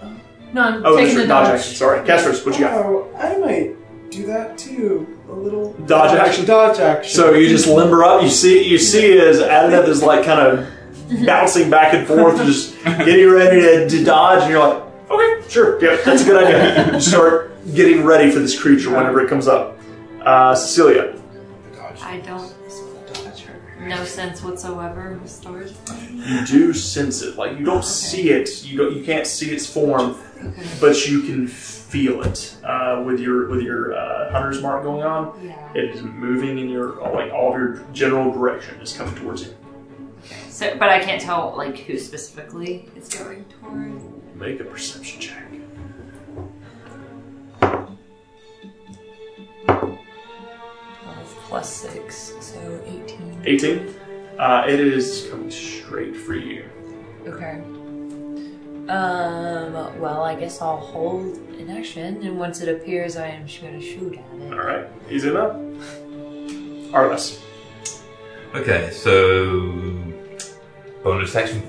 C: turn. No, I'm
A: Oh, that's
C: taking
A: your
C: the
A: dodge
C: dodge.
A: action. Sorry, Castros. What you got?
D: Oh, I might do that too. A little
A: Dodge action?
D: Dodge action.
A: So you just limber up. You see, you see, as Adeneth is like kind of bouncing back and forth, just getting ready to, to dodge, and you're like, okay, sure, yeah, that's a good idea. Start getting ready for this creature whenever it comes up. Uh, Cecilia,
B: I don't. No sense whatsoever of stores.
A: you do sense it. Like you don't see it. You don't. You can't see its form,
J: but you can feel it uh, with your with your uh, hunter's mark going on.
B: Yeah.
J: It is moving in your like all of your general direction is coming towards you.
B: So, but I can't tell like who specifically it's going toward.
J: Make a perception check.
B: Twelve plus six, so eighteen.
J: 18. Uh, it is coming straight for you.
B: Okay. Um. Well, I guess I'll hold an action, and once it appears, I am just gonna shoot at
J: All
B: it.
J: right, easy enough. Artemis.
E: Okay, so bonus action,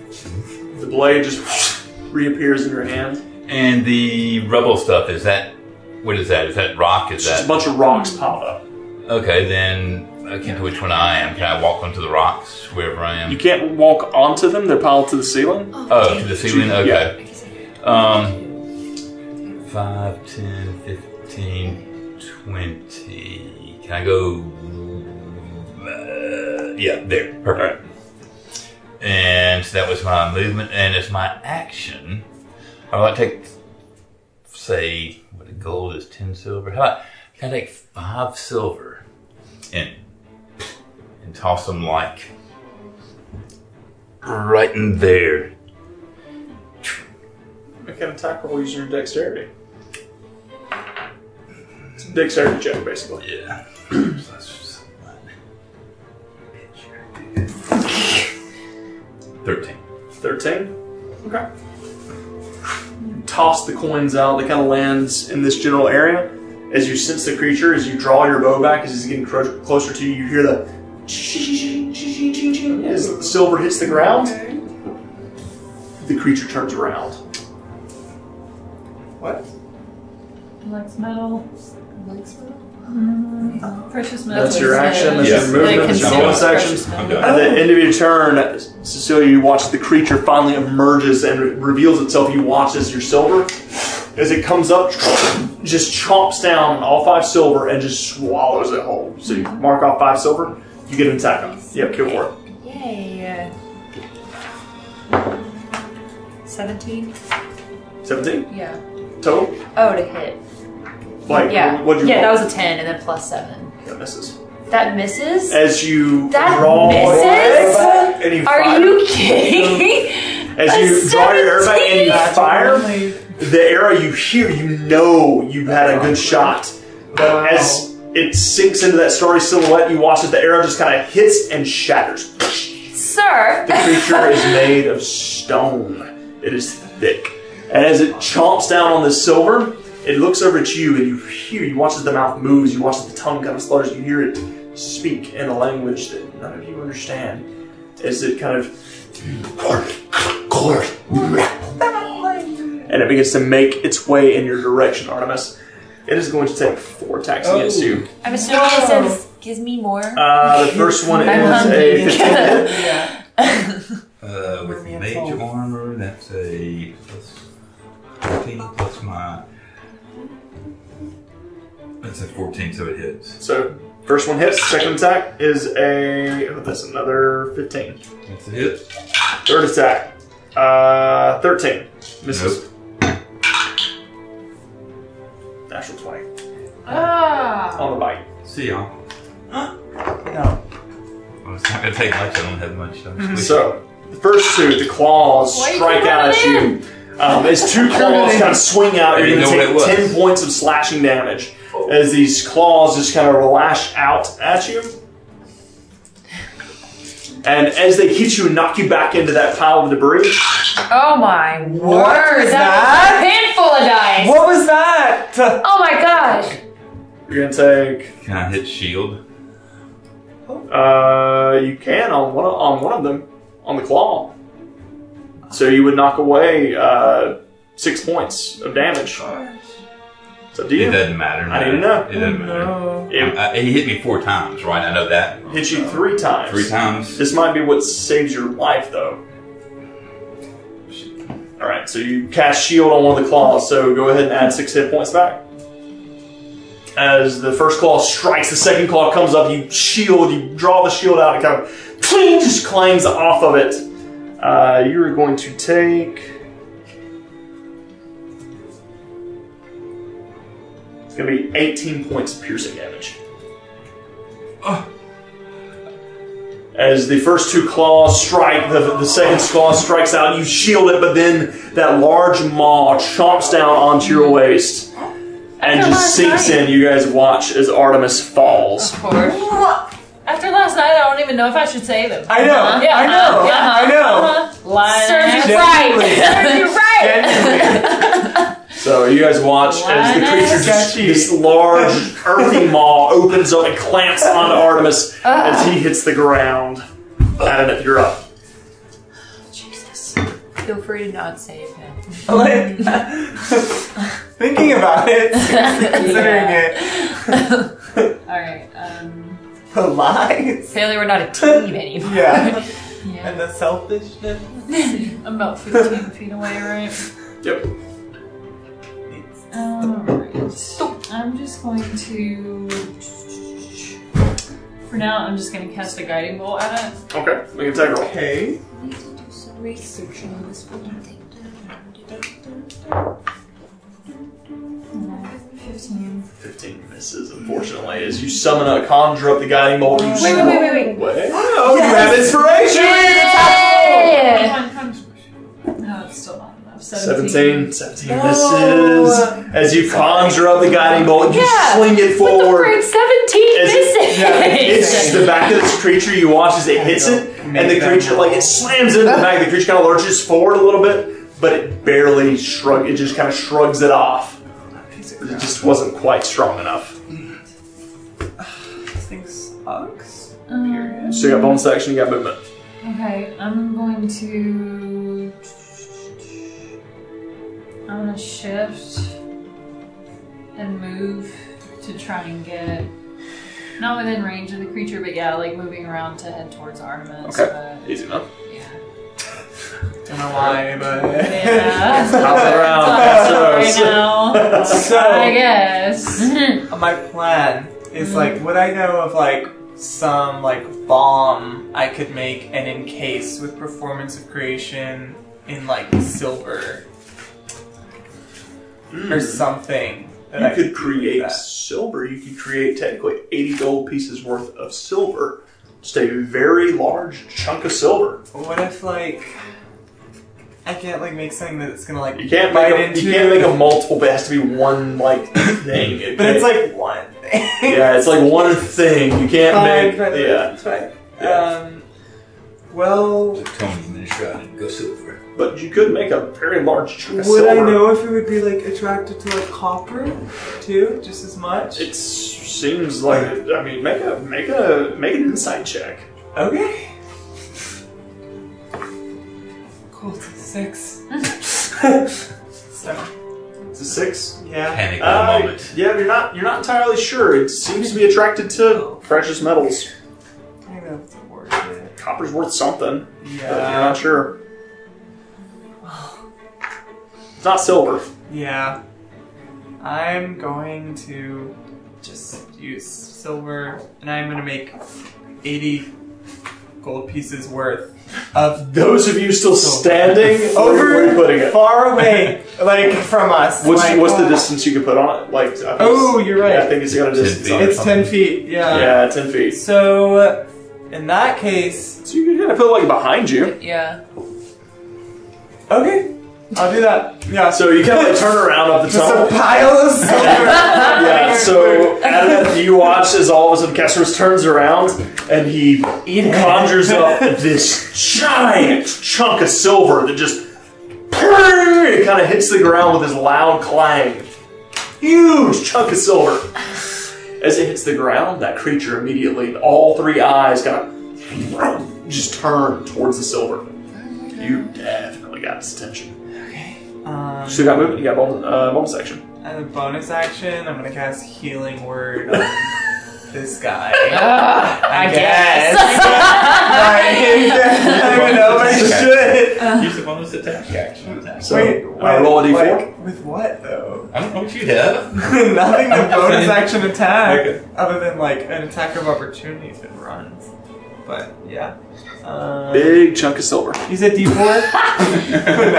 J: The blade just reappears in your hand.
E: and the rubble stuff is that? What is that? Is that rock? Is
J: It's just a
E: that
J: bunch of rocks pop up.
E: okay? Then I can't tell which one I am. Can I walk onto the rocks wherever I
J: You
E: am?
J: can't walk onto them, they're piled to the ceiling.
E: Oh, to the ceiling.
J: Yeah.
E: Okay. Um, 5, 10, 15, 20. Can I go? Uh, yeah, there. Perfect. And so that was my movement, and it's my action. I would like to take, say, what a gold is 10 silver. How about, can I take 5 silver and, and toss them like right in there?
A: Make an attack roll using your dexterity. It's a dexterity check, basically.
E: Yeah. Thirteen.
A: 13. Okay. You toss the coins out. They kind of lands in this general area. As you sense the creature, as you draw your bow back, as he's getting cro- closer to you, you hear the as the silver hits the ground. The creature turns around. What?
C: Lex metal. Mm-hmm.
D: Oh.
B: Precious metal.
A: That's your action. That's
E: Yes.
A: your movement. That's your
E: Concealed
A: bonus action.
E: I'm
A: At
E: done.
A: the
B: Oh.
A: end of your turn, Cecilia, you watch the creature finally emerges and re- reveals itself. You watch as your silver, as it comes up, just chomps down on all five silver and just swallows it whole. So you mark off five silver, you get an attack on. it. Yep, go for it.
B: Yay. Seventeen.
A: 17
B: Yeah.
A: total?
B: Oh, to hit.
A: Like,
B: Yeah.
A: what'd you
B: yeah,
A: roll?
B: that was a ten, and then plus seven.
A: That misses.
B: That misses.
A: As you
B: That
A: draw your
B: misses?
A: back and you
B: Are
A: fire,
B: you kidding?
A: as you draw your air back and you fire, the arrow you hear, you know you've had a good shot. But
D: Wow.
A: as it sinks into that starry silhouette, you watch as the arrow just kind of hits and shatters.
B: Sir.
A: The creature is made of stone. It is thick. And as it chomps down on the silver, it looks over at you and you hear, you watch as the mouth moves, you watch as the tongue kind of slutters, you hear it speak in a language that none of you understand. As it kind of. And it begins to make its way in your direction, Artemis. It is going to take four attacks against you.
B: I'm assuming it says gives me more.
A: Uh, the first one
B: I'm
A: is a
B: hungry.
A: 15 hit.
D: Yeah.
E: Uh, with
D: Army
E: mage
D: assault.
E: armor, that's a plus fourteen plus my. That's a fourteen, so it hits.
A: So, first one hits, second attack is a. Oh, that's another 15.
E: That's a hit.
A: Third attack, uh, 13. Misses. Natural 20.
C: Ah!
A: On the bite.
E: See y'all.
D: No.
E: Well, it's not gonna take much. I don't have much. I'm
A: Mm-hmm.
E: squeezing.
A: So, the first two, the claws
C: Why you
A: strike out at you. Um, as two claws kind of swing out,
E: I
A: you're
E: didn't
A: going to
E: know what
A: take
E: it was. Oh.
A: 10 points of slashing damage. As these claws just kind of lash out at you. And as they hit you and knock you back into that pile of debris,
K: Oh my word!
D: was
K: that was a handful of dice.
D: What was that?
K: Oh my gosh!
A: you're going to take
E: Can I hit shield?
A: Uh, you can on one of, on one of them on the claw. So you would knock away uh, six points of damage. It's up to
E: It
A: you.
E: doesn't matter.
A: I didn't know.
E: It doesn't matter.
D: No.
A: It
E: Uh, he hit me four times, right? I know that.
A: hits you three times.
E: Three times.
A: This might be what saves your life, though. All right, so you cast shield on one of the claws. So go ahead and add six hit points back. As the first claw strikes, the second claw comes up. You shield. You draw the shield out. It kind of just clangs off of it. Uh, you are going to take It's gonna be 18 points of piercing damage. As the first two claws strike, the, the second claw strikes out, you shield it, but then that large maw chomps down onto your waist and
B: After
A: just
B: last
A: sinks in.
B: night.
A: You guys watch as Artemis falls.
B: After last night, I don't even know if I should save him.
D: I know.
B: Yeah,
D: I know.
B: uh-huh,
D: I know.
B: Uh-huh. Lying
L: Serves
B: ass.
L: you right.
B: Serves you right.
D: uh-huh.
A: So you guys watch as the creature just this large earthy maw opens up and clamps onto Artemis as he hits the ground. Adam, you're up.
B: Jesus. Feel free to not save him.
D: Like, thinking about it, considering
B: Alright, um.
D: it, the lies,
B: Clearly, we're not a team anymore.
D: yeah,
C: Yeah.
D: and the selfishness.
C: I'm about 15 feet away, right?
A: Yep.
C: Alright. I'm just going to. For now, I'm just going to cast a guiding bolt at it.
A: Okay, make an attack roll.
D: Okay,
B: I need to do some research on this one thing.
C: 15.
A: 15 misses, unfortunately. As you summon up, conjure up the guiding bolt, you
C: Wait, wait, wait, wait, wait.
A: Oh, you have inspiration!
B: Yeah.
C: No, it's still not enough. 17.
A: 17. 17 misses. As you conjure up the guiding bolt, you
B: Yeah.
A: sling it forward.
B: We're at 17
A: As it-
B: misses.
A: yeah, it hits the back of this creature. You watch as it hits it, and the creature like it slams into the back. The creature kind of lurches forward a little bit, but it barely shrug. It just kind of shrugs it off. It just wasn't quite strong enough.
D: this thing sucks.
C: Um,
A: So you got bonus action. You got movement.
C: Okay, I'm going to. I'm gonna shift and move to try and get not within range of the creature, but yeah, like moving around to head towards Artemis.
A: Okay. Easy enough.
C: But yeah.
D: Don't know why, but
C: Yeah.
A: Hops around.
C: Sorry
A: so- so-
C: now. I
D: so
C: guess.
D: my plan is
A: Mm.
D: like what I know of like some like bomb I could make and encase with performance of creation in like silver
A: Hmm.
D: or something. that
A: Mm. You
D: I
A: could
D: do with
A: create
D: that.
A: silver. You could create technically 80 gold pieces worth of silver. Just a very large chunk of silver.
D: What if like I can't like make something that's gonna like
A: You can't
D: bite
A: make a,
D: into
A: you can't make a multiple, but it has to be one like thing. It
D: But it's
A: can't-
D: like one thing.
A: yeah, it's like one thing. You can't
D: Fine,
A: make
D: fine,
A: yeah.
D: fine.
A: Yeah.
D: Um well
M: Tony and shroud and go silver.
A: But you could make a very large chunk of
D: would I
A: silver.
D: know if it would be like attracted to like copper too, just as much?
A: It seems like I mean, make a make a make an insight check.
D: Okay. Cool. it's a Six. so
A: It's a six.
D: yeah.
E: Panic
A: Uh,
E: at the moment.
A: yeah, you're not you're not entirely sure. It seems to be attracted to precious metals.
D: I know it's worth it.
A: Copper's worth something. but you're
D: Yeah.
A: not sure. It's not silver.
D: Yeah. I'm going to just use silver, and I'm gonna make eighty gold pieces worth of
A: Those of you still standing,
D: Over-
A: where are you putting it?
D: far away, like from us.
A: What's,
D: like-
A: what's the distance you can put on it? Like, I think
D: Oh,
A: it's-
D: you're right.
A: yeah, I think it's got a
E: Ten
A: distance.
E: feet.
A: on it.
D: It's ten feet.
A: yeah, ten feet.
D: So, uh, in that case,
A: So you can kind of put it like behind you.
B: Yeah.
D: okay, I'll do that. Yeah. So
A: So you kind of like turn around up the
D: just a
A: tunnel.
D: pile of silver.
A: Yeah. So Adam, you watch as all of a sudden Castorus turns around and he conjures up this giant chunk of silver that just it kind of hits the ground with this loud clang. Huge chunk of silver. As it hits the ground, that creature immediately, all three eyes kind of just turn towards the silver. You definitely got its attention.
D: um,
A: Still got movement. You got bonus, uh, bonus action.
D: as a bonus action, I'm gonna cast Healing Word on this guy. Ah, I, guess. right. I don't know if I should.
E: Use the bonus attack action.
A: So
D: Wait,
A: uh, roll a
D: wait,
A: d4.
D: like, with what though?
E: I don't know what you have.
D: Nothing to bonus action attack,
E: Okay.
D: other than like an attack of opportunity if it runs. But yeah. Um,
A: Big chunk of silver.
D: You said D4?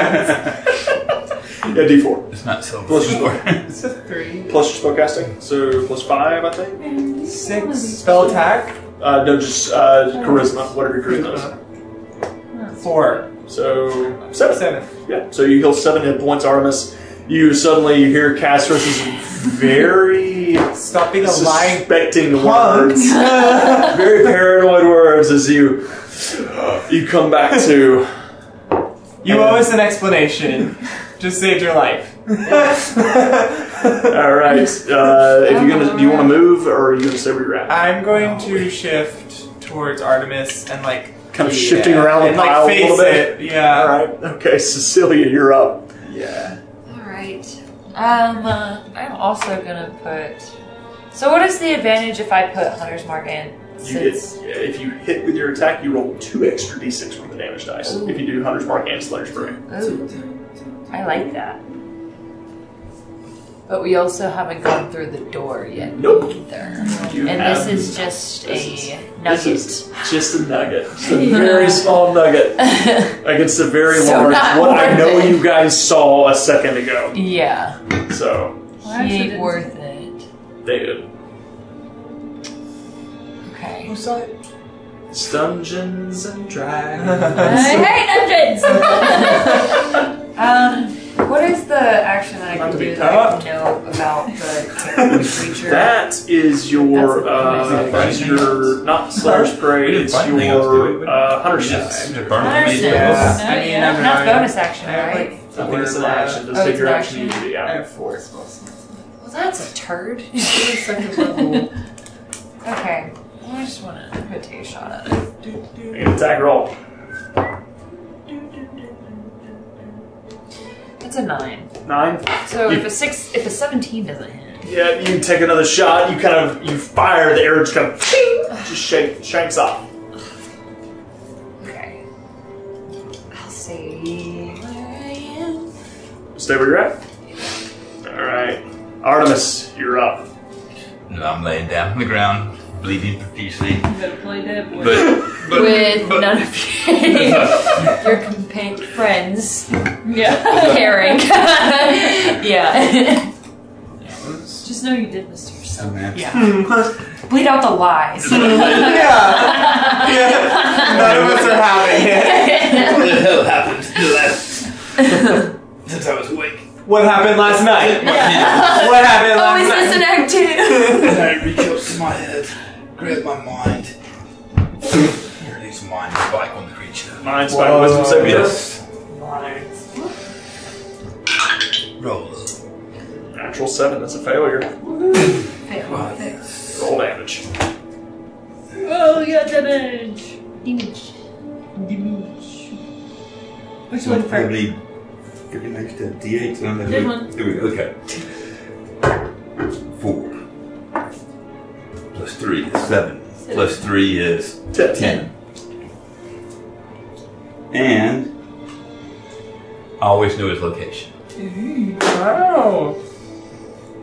A: Yeah, D4.
N: It's not silver.
A: Plus your,
D: It's a three.
A: plus your spellcasting. So plus five, I think.
D: Six. Spell attack.
A: Uh, no, just uh, charisma, whatever your charisma
D: Four.
A: is. So seven.
D: Seven.
A: Yeah. So you heal seven hit points, Artemis. You suddenly you hear Castorus is very
D: Stop being a lying
A: suspecting
D: punk.
A: words, very paranoid words as you you come back to.
D: You owe us an explanation. Just saved your life.
A: All right. Uh, if you're gonna, do you want to move or are you gonna stay where you're at?
D: I'm going to shift towards Artemis and like
A: Kind of shifting around the
D: and,
A: pile a
D: like face
A: little bit.
D: it. Yeah.
A: All right. Okay, Cecilia, you're up.
D: Yeah.
B: Alright. Um, uh, I'm also gonna put. So, what is the advantage if I put Hunter's Mark in?
A: You get, if you hit with your attack, you roll two extra d6 from the damage dice. If you do Hunter's Mark and Slayer's Spray.
B: Ooh, I like that. But we also haven't gone through the door yet
A: Nope.
B: either.
A: You
B: And
A: have,
B: this is just
A: This
B: a
A: this
B: nugget.
A: is just a nugget. It's a very small nugget against a very
B: So
A: large
B: not
A: what I
B: worth
A: know
B: it.
A: you guys saw a second ago.
B: yeah,
A: So
C: Why
B: he
C: should
B: ain't
C: it-
B: worth it.
A: they did.
B: Okay.
A: It's Dungeons and Dragons.
D: That's
O: Um, what is the action that I
A: Not
O: can
A: to be
O: do that I
A: tough.
O: can know about the creature?
A: That is your uh,
N: That's
A: that's
N: a-
A: your not Slayer's
N: We
A: Prey.
N: didn't
A: It's
N: find anything else, did
A: your
N: we?
A: uh, Hunter's
N: Yeah,
A: Sense.
N: I'm just burning
B: Hunter's
N: these
B: Sense.
D: I mean,
B: yeah.
D: I'm
B: That's
D: not-
B: bonus action,
D: I have,
B: right?
D: like,
A: I think it's an
D: four, uh,
A: action. Just
B: Oh,
A: take
B: it's
A: your
B: an
A: action.
B: action?
A: usually,
D: I
A: Yeah.
D: have four spells.
B: Well, that's a turd.
D: Second level.
B: okay. Well, I just want to take a shot at it.
A: Make an attack roll.
B: That's a nine.
A: Nine.
B: So
A: You-
B: if a six, if a seventeen doesn't hit,
A: Yeah, you take another shot. You kind of you fire. The arrow just kind of ching, just shake, shanks off.
B: okay. I'll see where I am.
A: Stay where you're at. All right, Artemis, you're up.
N: And I'm laying down on the ground, bleeding profusely.
C: Better play dead boy.
N: But, but
B: With
N: but,
B: none of you, your compa- friends
C: yeah.
B: caring. yeah. Just know you did this to yourself.
N: yeah.
B: Bleed out the lies.
D: yeah. yeah. None of us are having it.
N: What the hell happened to the last since I was awake?
D: What happened last night? What happened
B: oh,
D: last
B: is
D: night?
B: this an act two?
E: And I reach up to my head, grab my mind, release mind spike on the creature.
A: Mine spike wisdom save yes.
E: Roll.
A: Natural seven. That's a failure. Roll damage.
B: oh, you got damage. Damage.
E: Which one probably give an extra D8 and then
B: Good one.
E: uh, Here we go. Okay. Four. Plus three is seven. Plus three is
A: Ten.
E: ten. And I always knew his location.
B: Oh.
D: Wow.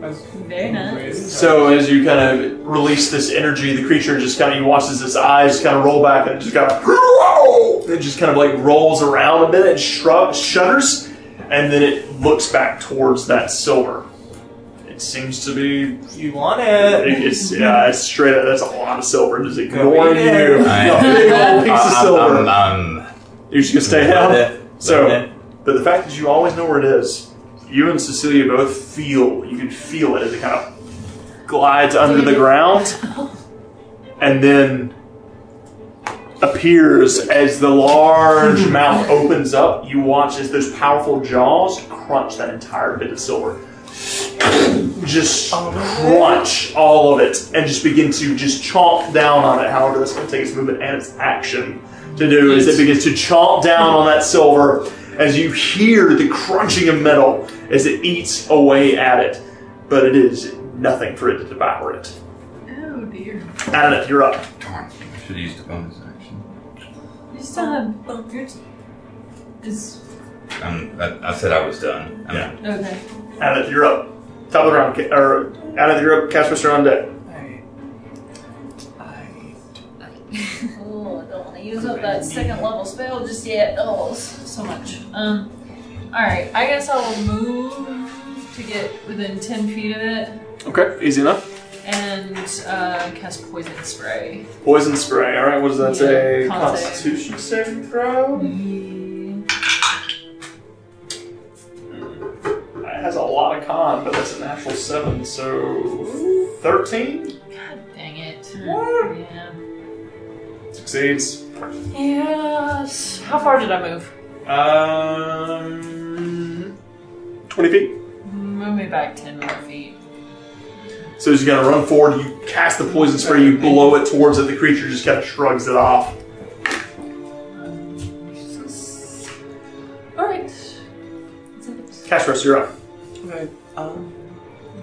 D: That's
C: Very nice.
A: So as you kind of release this energy, the creature just kind of you watches its eyes kind of roll back and it just kind of it just kind of like rolls around a bit and shrug, shudders, and then it looks back towards that silver. It seems to be
D: You want it.
A: It- It's yeah, it's straight up. That's a lot of silver. Just
D: Go
A: ignoring you.
D: eat it.
A: A big old piece of
N: I'm,
A: silver.
N: I'm, I'm
A: You're just gonna stay down.
E: That-
A: So,
E: that-
A: but the fact that you always know where it is, you and Cecilia both feel. You can feel it as it kind of glides under the ground, and then appears as the large mouth opens up. You watch as those powerful jaws crunch that entire bit of silver. Just crunch all of it and just begin to just chomp down on it. However, that's going to take its movement and its action to do is it begins to chomp down on that silver as you hear the crunching of metal as it eats away at it. But it is nothing for it to devour it.
C: Oh dear.
A: Adonith, you're up.
E: Darn. Should use the bonus action.
C: You still have bunkers. Is
N: I'm, I, I said I was done. I'm
A: Yeah.
C: okay.
A: Adonith, you're up. Top of the round, Ca- or Adonith, you're up. Casper's on deck.
D: I, I
P: Oh, I don't want to use up that second level spell just yet. Oh, s- so much. Um,
C: Alright, I guess I'll move to get within 10 feet of it
A: Okay, easy enough.
C: and uh, cast Poison Spray.
A: Poison spray. All right, what does that say?
C: Yeah, con save.
A: Constitution saving throw.
C: Yeah.
A: It has a lot of con, but that's a natural seven, so thirteen
C: God dang it.
A: What?
C: Yeah.
A: succeeds.
C: Yes. How far did I move?
A: Um, twenty feet.
C: Move me back 10 more feet.
A: So as you gotta run forward, you cast the poison spray, you blow it towards it, the creature just kind of shrugs it off.
C: Alright.
A: Castros, you're up.
D: Okay. Um,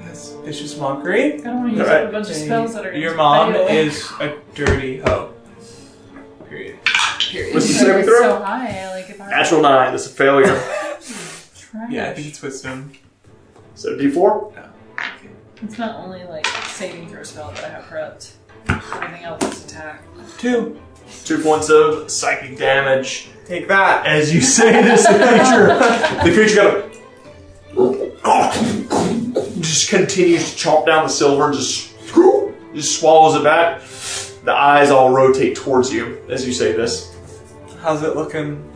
D: that's vicious mockery.
C: I don't want to use up
A: Alright.
C: a bunch of spells that are
D: Your
C: gonna
D: mom
C: fail.
D: is a dirty hoe. Period.
C: Period.
A: What's the
C: So
A: saving
C: it's
A: throw?
C: so high, like if I
A: Natural nine, that's a failure.
C: try.
D: Yeah, I think it's wisdom.
A: So D4?
C: It's not only like saving throw spell that I have prepped. Everything else is attack.
D: Two.
A: Two points of psychic damage.
D: Take that.
A: As you say this, the creature the creature kind of just continues to chomp down the silver and just, just swallows it back. The eyes all rotate towards you as you say this.
D: How's it looking?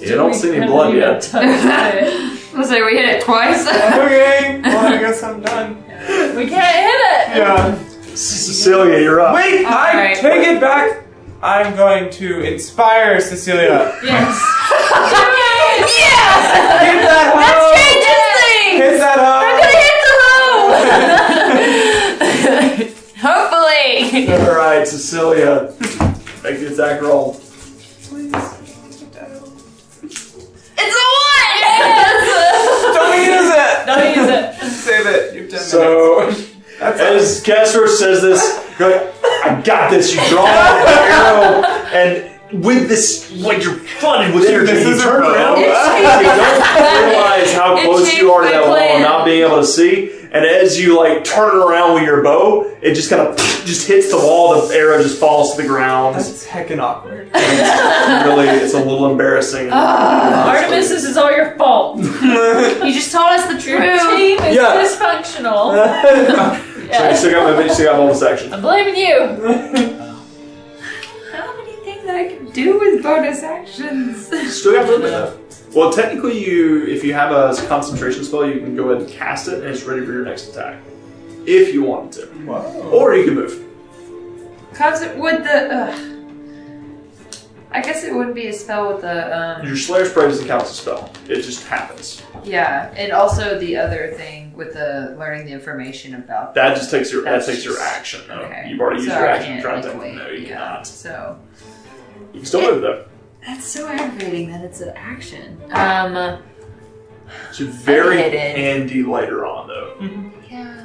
A: You don't see any blood yet.
C: yet.
B: I was like, we hit it twice.
D: okay. Well, I guess I'm done.
C: we can't hit it.
D: Yeah.
A: Cecilia, you're up.
D: Wait, I
B: right.
D: take it back. I'm going to inspire Cecilia.
C: Yes.
D: Hit that hoe! Hit that hoe!
B: Hopefully.
A: Alright, Cecilia. Make the attack roll.
B: It's a one!
D: Don't use it.
C: Don't use it.
D: Save it. You've done
A: So, as Castro says this, you're like, I got this. You draw the arrow, and with this, like you're flooded with energy,
D: This
A: you
D: is
A: turn
D: a
A: around. You
D: bow.
A: don't realize how
B: It
A: close you are to
B: changed
A: that
B: my
A: wall,
B: plan.
A: and not being able to see. And as you like turn around with your bow, it just kind of just hits the wall. The arrow just falls to the ground.
D: That's heckin' awkward.
A: really, it's a little embarrassing.
B: Ah.
C: Artemis, this is all your fault.
B: You just told us the
C: Your
B: truth.
C: team is
A: Yeah.
C: dysfunctional.
A: So you
C: Yes.
A: still got movement. You still got bonus action.
C: I'm blaming you.
B: How many things I can do with bonus actions?
A: Still got movement though. Well, technically, you if you have a concentration spell, you can go ahead and cast it, and it's ready for your next attack, if you wanted to. Or you can move.
B: Cause it would the. Ugh. I guess it wouldn't be a spell with the. Um,
A: Your Slayer Spray doesn't count as a spell; it just happens.
B: yeah, and also the other thing with the learning the information about.
A: That just takes your
B: That's
A: that takes your
B: just-
A: action. Though.
B: Okay.
A: Oh, You've already used
B: so
A: your
B: I
A: action to
B: can't,
A: try and
B: like,
A: take
B: wait,
A: No, you
B: yeah,
A: cannot.
B: So
A: You can still move though.
B: that's so aggravating that it's an action. Um.
A: It's very
B: I hit it.
A: handy later on though.
B: Yeah.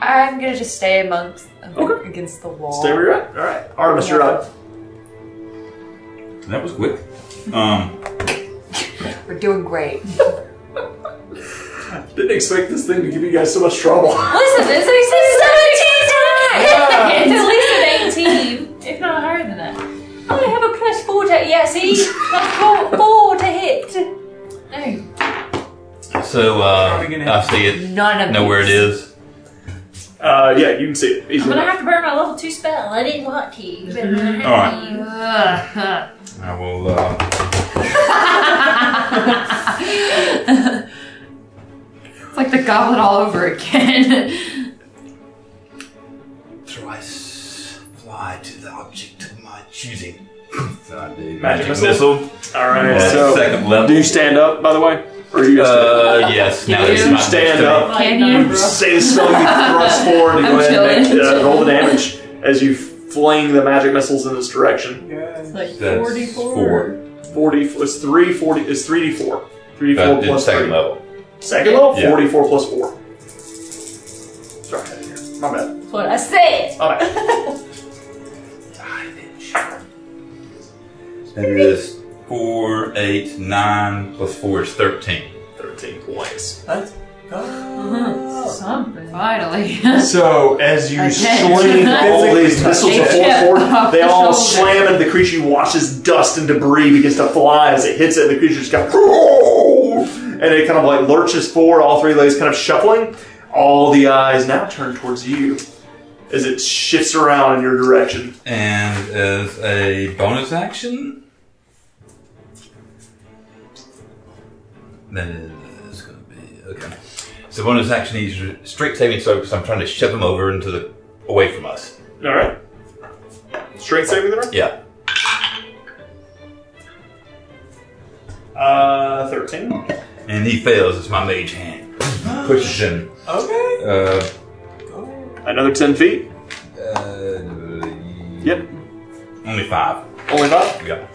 B: I'm gonna just stay amongst against the wall.
A: Stay where you're at. All right, Artemis, you're up.
E: That was quick. Um,
B: We're doing great.
A: Didn't expect this thing to give you guys so much trouble.
H: Listen, this is
A: Yeah.
H: It's at least an 18.
C: If not higher than that. Oh,
H: I have a plus 4 to. Yeah, see? That's four, 4 to hit.
C: Hey.
G: So uh,
D: Are we gonna-
G: I see it.
B: None of
G: Know where it
B: these.
G: is.
A: Uh, yeah, you can see it.
H: I'm
A: Easily.
H: gonna have to burn my level 2 spell. I didn't want to, but I'm gonna have
E: Alright.
H: to.
B: Ugh.
E: I will. Uh,
B: It's like the goblet all over again.
E: thrice fly to the object of my choosing. so I do.
A: Magic missile.
G: missile.
A: All right,
G: At
A: so
G: second level.
A: do you stand up by the way, or are you just?
G: Uh, yes. Now
B: You
G: it's not next
A: stand
G: to me.
A: up.
C: Like,
B: Can you-
C: no,
A: You
C: bro.
A: say the spell, you thrust forward, and
B: I'm
A: go ahead and make,
B: chilling.
A: uh, roll the damage as you fling the magic missiles in this direction.
D: Yeah.
C: Like
E: That's
C: 44.
E: four.
A: Forty it's three forty it's three D four. Three D
G: Uh,
A: four
G: it's
A: plus
G: second
A: three.
G: level.
A: Second level?
G: Yeah.
A: Forty four plus four. Sorry, I had it here. My bad.
C: But
H: I said.
A: My bad.
E: That is four, eight, nine plus four is thirteen.
A: Thirteen points.
D: Let's go.
C: Something.
B: Finally.
A: So
D: eh,
A: as you
B: Okay.
A: sling all these missiles of
B: They
A: forward,
B: tip off
A: they
B: the
A: all
B: shoulder.
A: slam into the creature. You watch as dust and debris begins to fly as it hits it, and the creature just kind of and it kind of like lurches forward, all three legs kind of shuffling. All the eyes now turn towards you as it shifts around in your direction.
E: And as a bonus action, that is going to be okay. So bonus action, he's re- straight saving throw because I'm trying to shove him over into the away from us.
A: All right, strength saving throw.
E: Yeah.
A: Uh, thirteen.
E: And he fails. It's my mage hand pushes him.
D: Okay.
E: Uh,
A: Another ten feet.
E: uh,
A: Yep.
E: Only five.
A: Only not.
E: Yeah.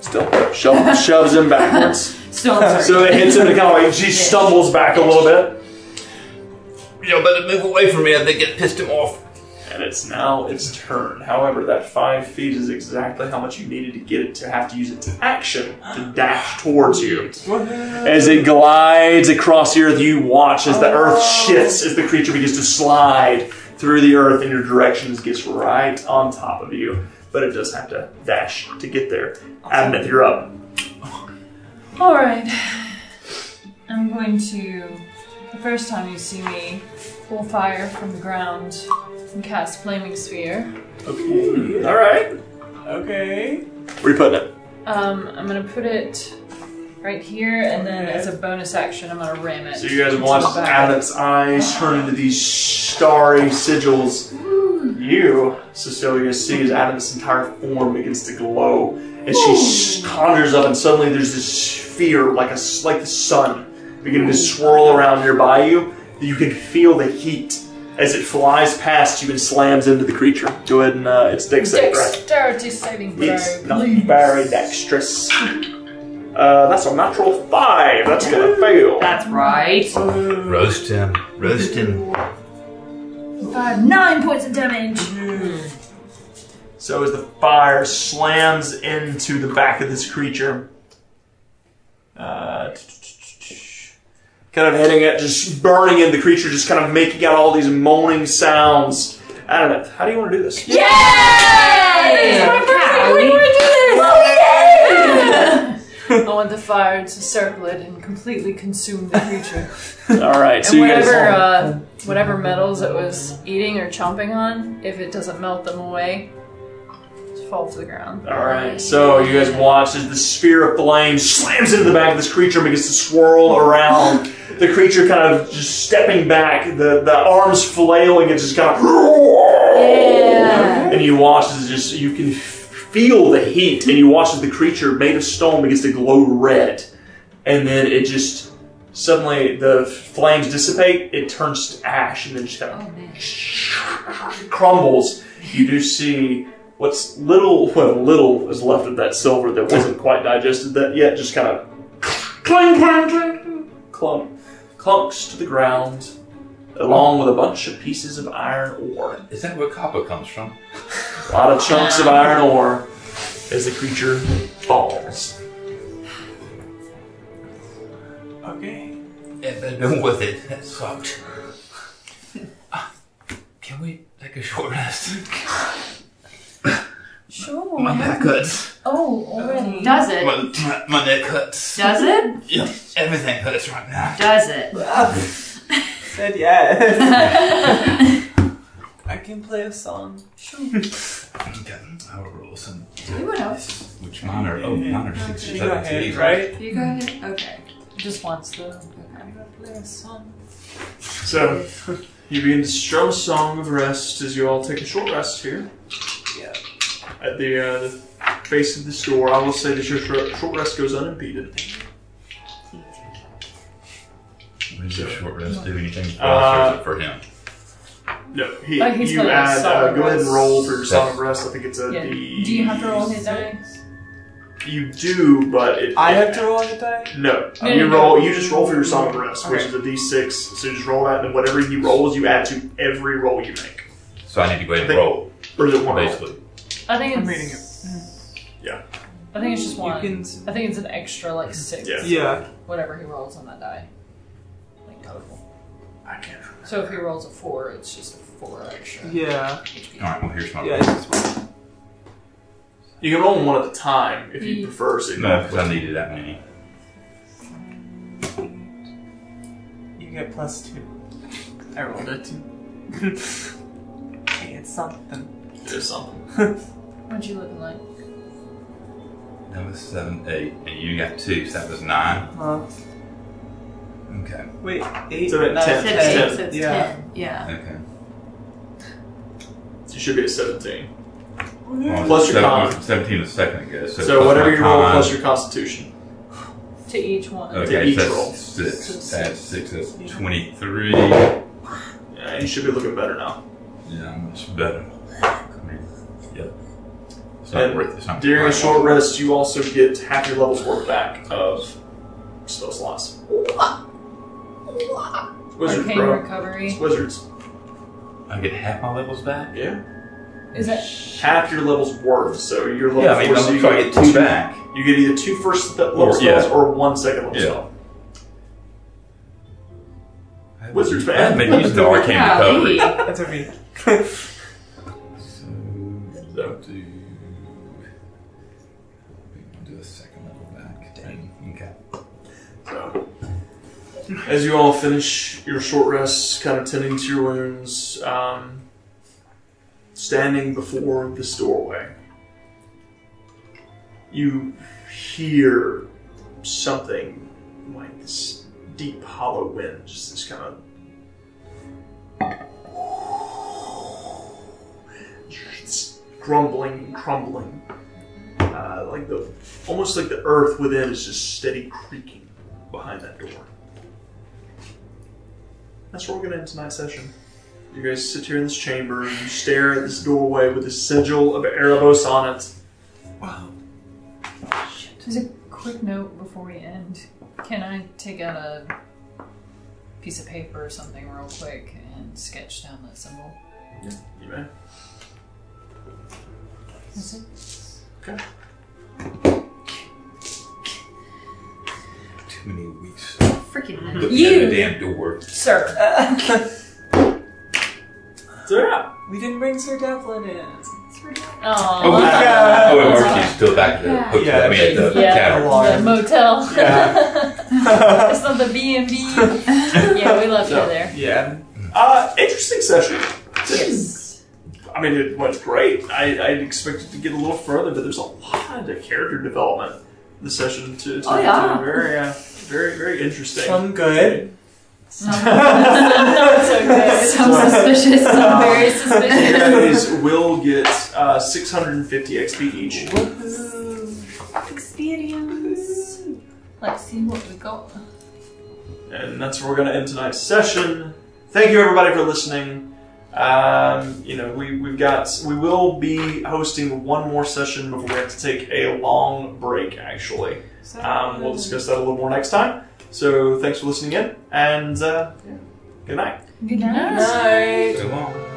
A: Still shove, shoves him backwards.
B: Still uncertain.
A: So it hits him and kind of like she stumbles back a little bit,
E: You better move away from me. I think it pissed him off.
A: and it's now its turn. However, that five feet is exactly how much you needed to get it to have to use its action to dash towards you. As it glides across the earth, you watch as the earth shifts as the creature begins to slide through the earth in your direction as it gets right on top of you. But it does have to dash to get there. Abnett, you're up.
C: Alright. I'm going to. The first time you see me, pull fire from the ground and cast Flaming Sphere.
A: Okay. All right.
D: Okay.
A: Where you putting it?
C: Um, I'm gonna put it right here, and then as a bonus action, I'm gonna ram it.
A: So you guys
C: into
A: watch
C: the
A: as
C: back.
A: Abbott's eyes turn into these starry sigils. You, Cecilia, see as Abbott's entire form begins to glow, and she s- conjures up, and suddenly there's this sphere like a s- like the sun beginning to swirl around nearby you. You can feel the heat as it flies past you and slams into the creature. Go ahead and uh, it's Dick save, right?
C: Dexterity saving throw.
A: It's not very dexterous. Uh, that's a natural five. That's gonna fail.
B: That's right.
E: Roast him. Roast him.
C: Five, nine points of damage.
A: So as the fire slams into the back of this creature, uh, kind of hitting it, just burning in the creature, just kind of making out all these moaning sounds. I don't know. How do you want to do this?
C: Yay!
B: my
C: Cow.
B: first
C: I want the fire to circle it and completely consume the creature.
A: All right. So
C: and
A: you guys.
C: whatever uh, whatever metals it was eating or chomping on, if it doesn't melt them away, just fall to the ground.
A: All right. So you guys watch as the sphere of flame slams into the back of this creature and begins to swirl around. The creature kind of just stepping back, the, the arms flailing, and just kind of.
B: Yeah.
A: and you watch as it just you can feel the heat, and you watch as the creature made of stone begins to glow red, and then it just suddenly the flames dissipate, it turns to ash, and then just kind
B: Oh
A: of
B: man.
A: crumbles. You do see what's little, well, little is left of that silver that wasn't quite digested that yet, just kind of clang, clang, clang, clang, clump, clunks to the ground. Along with a bunch of pieces of iron ore.
E: Is that where copper comes from?
A: A lot of chunks of iron ore as the creature falls.
D: Okay.
E: It better been worth it. That sucked. Ah, Can we take a short rest?
C: Sure.
E: Oh, My back hurts.
C: Oh, already.
B: Does it?
E: My, my, my neck hurts.
B: Does it?
E: Yeah, everything hurts right now.
B: Does it?
D: Said yes. I can play a song.
E: Okay, I will roll some.
B: You would have.
E: Which minor? Oh, minor six
D: You
E: is
D: go
E: up to
D: ahead,
E: you,
D: right?
B: You go ahead. Okay.
C: Just wants the
D: Play a song.
A: So you begin to strum a song of rest as you all take a short rest here.
D: Yeah.
A: At the, uh, the base of this door, I will say that your short short rest goes unimpeded.
E: What does a short rest do anything for
A: Uh,
E: us or is it for him?
A: No, he,
C: Like Oh, he's
A: you
C: playing a
A: add.
C: song
A: Uh,
C: of
A: go ahead and
C: rest.
A: roll for your song of rest. I think it's a
C: Yeah. Do
A: D-
C: you have to roll his dice?
A: You do, but it,
D: I have to roll the die.
A: No,
C: No,
A: you
C: no, no.
A: roll. You just roll for your song of rest, which
D: Okay.
A: is a D six. So you just roll that, and whatever he rolls, you add to every roll you make.
E: So I need to go ahead and
A: I
E: roll,
A: Or is it one? roll?
E: basically.
C: I think it's,
D: I'm reading
A: Yeah. Mm-hmm.
C: I think it's just one.
D: You
C: I think it's an extra like six.
A: Yeah.
D: can. Yeah.
C: Whatever he rolls on that die. Like total.
I: I can't. remember.
Q: So if he rolls a four, it's just a four extra.
A: Yeah.
G: Alright, well, here's my
A: Yeah, it's fine. You can roll them one at a time if you prefer. So you
G: No, because I needed that many.
D: You get plus two. I rolled a two. hey, it's something.
A: There's something.
Q: What you looking like?
E: That was seven, eight.
G: And you got two, so that was nine.
D: Huh?
E: Okay,
D: Wait, eight.
A: So at
D: nine,
A: ten-
B: Said eight,
A: ten.
B: so it's
D: Yeah.
B: ten. Yeah.
E: okay.
A: You should be at 17.
G: Well,
A: Plus your
G: seven-
A: con.
G: Seventeen was second, I guess.
A: So,
G: plus
A: whatever
G: my
A: you roll
G: con.
A: plus your constitution.
Q: To each one.
A: to
G: Okay,
A: each
G: so that's
A: roll.
G: six. That's six. That's twenty-three.
A: Yeah, you should be looking better now.
G: Yeah, much better. I mean, yep. It's not
A: And
G: worth. It's not
A: During a
G: worth it.
A: short rest, you also get half your level's worth back of spell slots. Wizard,
Q: Arcane
A: bro. It's
Q: recovery.
A: wizards.
G: I get half my levels back.
A: Yeah.
Q: Is that
A: Half your level's worth, so your level
G: Yeah, I mean,
A: four,
G: I'm
A: so you
G: trying to get two back.
A: You get either two first th- level
G: Or-
A: spells
G: yeah.
A: or one second level
G: Yeah.
A: spell.
E: I
A: Wizards,
G: I
A: man.
G: haven't been using the
E: Oh,
G: arcane
B: Yeah,
G: recovery.
B: maybe.
D: That's okay.
E: So,
A: So-
E: do do a second level back. Dang. Okay.
A: So, as you all finish your short rests, kind of tending to your wounds, um, standing before this doorway, you hear something like this deep, hollow wind, just this kind of. It's grumbling, crumbling. Uh, like the almost like the earth within is just steady creaking behind that door. That's where we're gonna end tonight's session. You guys sit here in this chamber and you stare at this doorway with a sigil of Erebos on it.
C: Just a quick note before we end. Can I take out a piece of paper or something real quick and sketch down that symbol?
A: You may.
C: Is it?
E: Too many weeks.
B: Freaking
E: Looking
Q: You-
E: at the damn door.
C: Oh,
Q: Sir.
A: So yeah.
D: We didn't bring Sir Devlin in.
G: Oh,
Q: Oh,
G: we-
D: Yeah.
G: oh, wait, we're she's still back at the hotel.
D: Yeah.
G: I mean, at the
Q: Yeah.
G: tavern.
Q: the motel. it's not the B and B. Yeah, we left
A: No.
Q: you there.
D: Yeah.
A: Uh, interesting session. I mean, it went great. I, I expected to get a little further, but there's a lot of character development. The session to, to,
B: Oh, yeah.
A: to very, uh, very, very interesting.
D: Some good.
Q: That's so good.
B: Some suspicious.
Q: I'm very suspicious.
A: you guys will get uh, 650 XP each.
H: Experience.
Q: Let's see what we got.
A: And that's where we're going to end tonight's session. Thank you everybody for listening. Um, you know, we, we've got we will be hosting one more session before we have to take a long break. Actually, um, we'll discuss that a little more next time. So thanks for listening in, and uh, yeah, good night.
Q: Good night.
E: So long.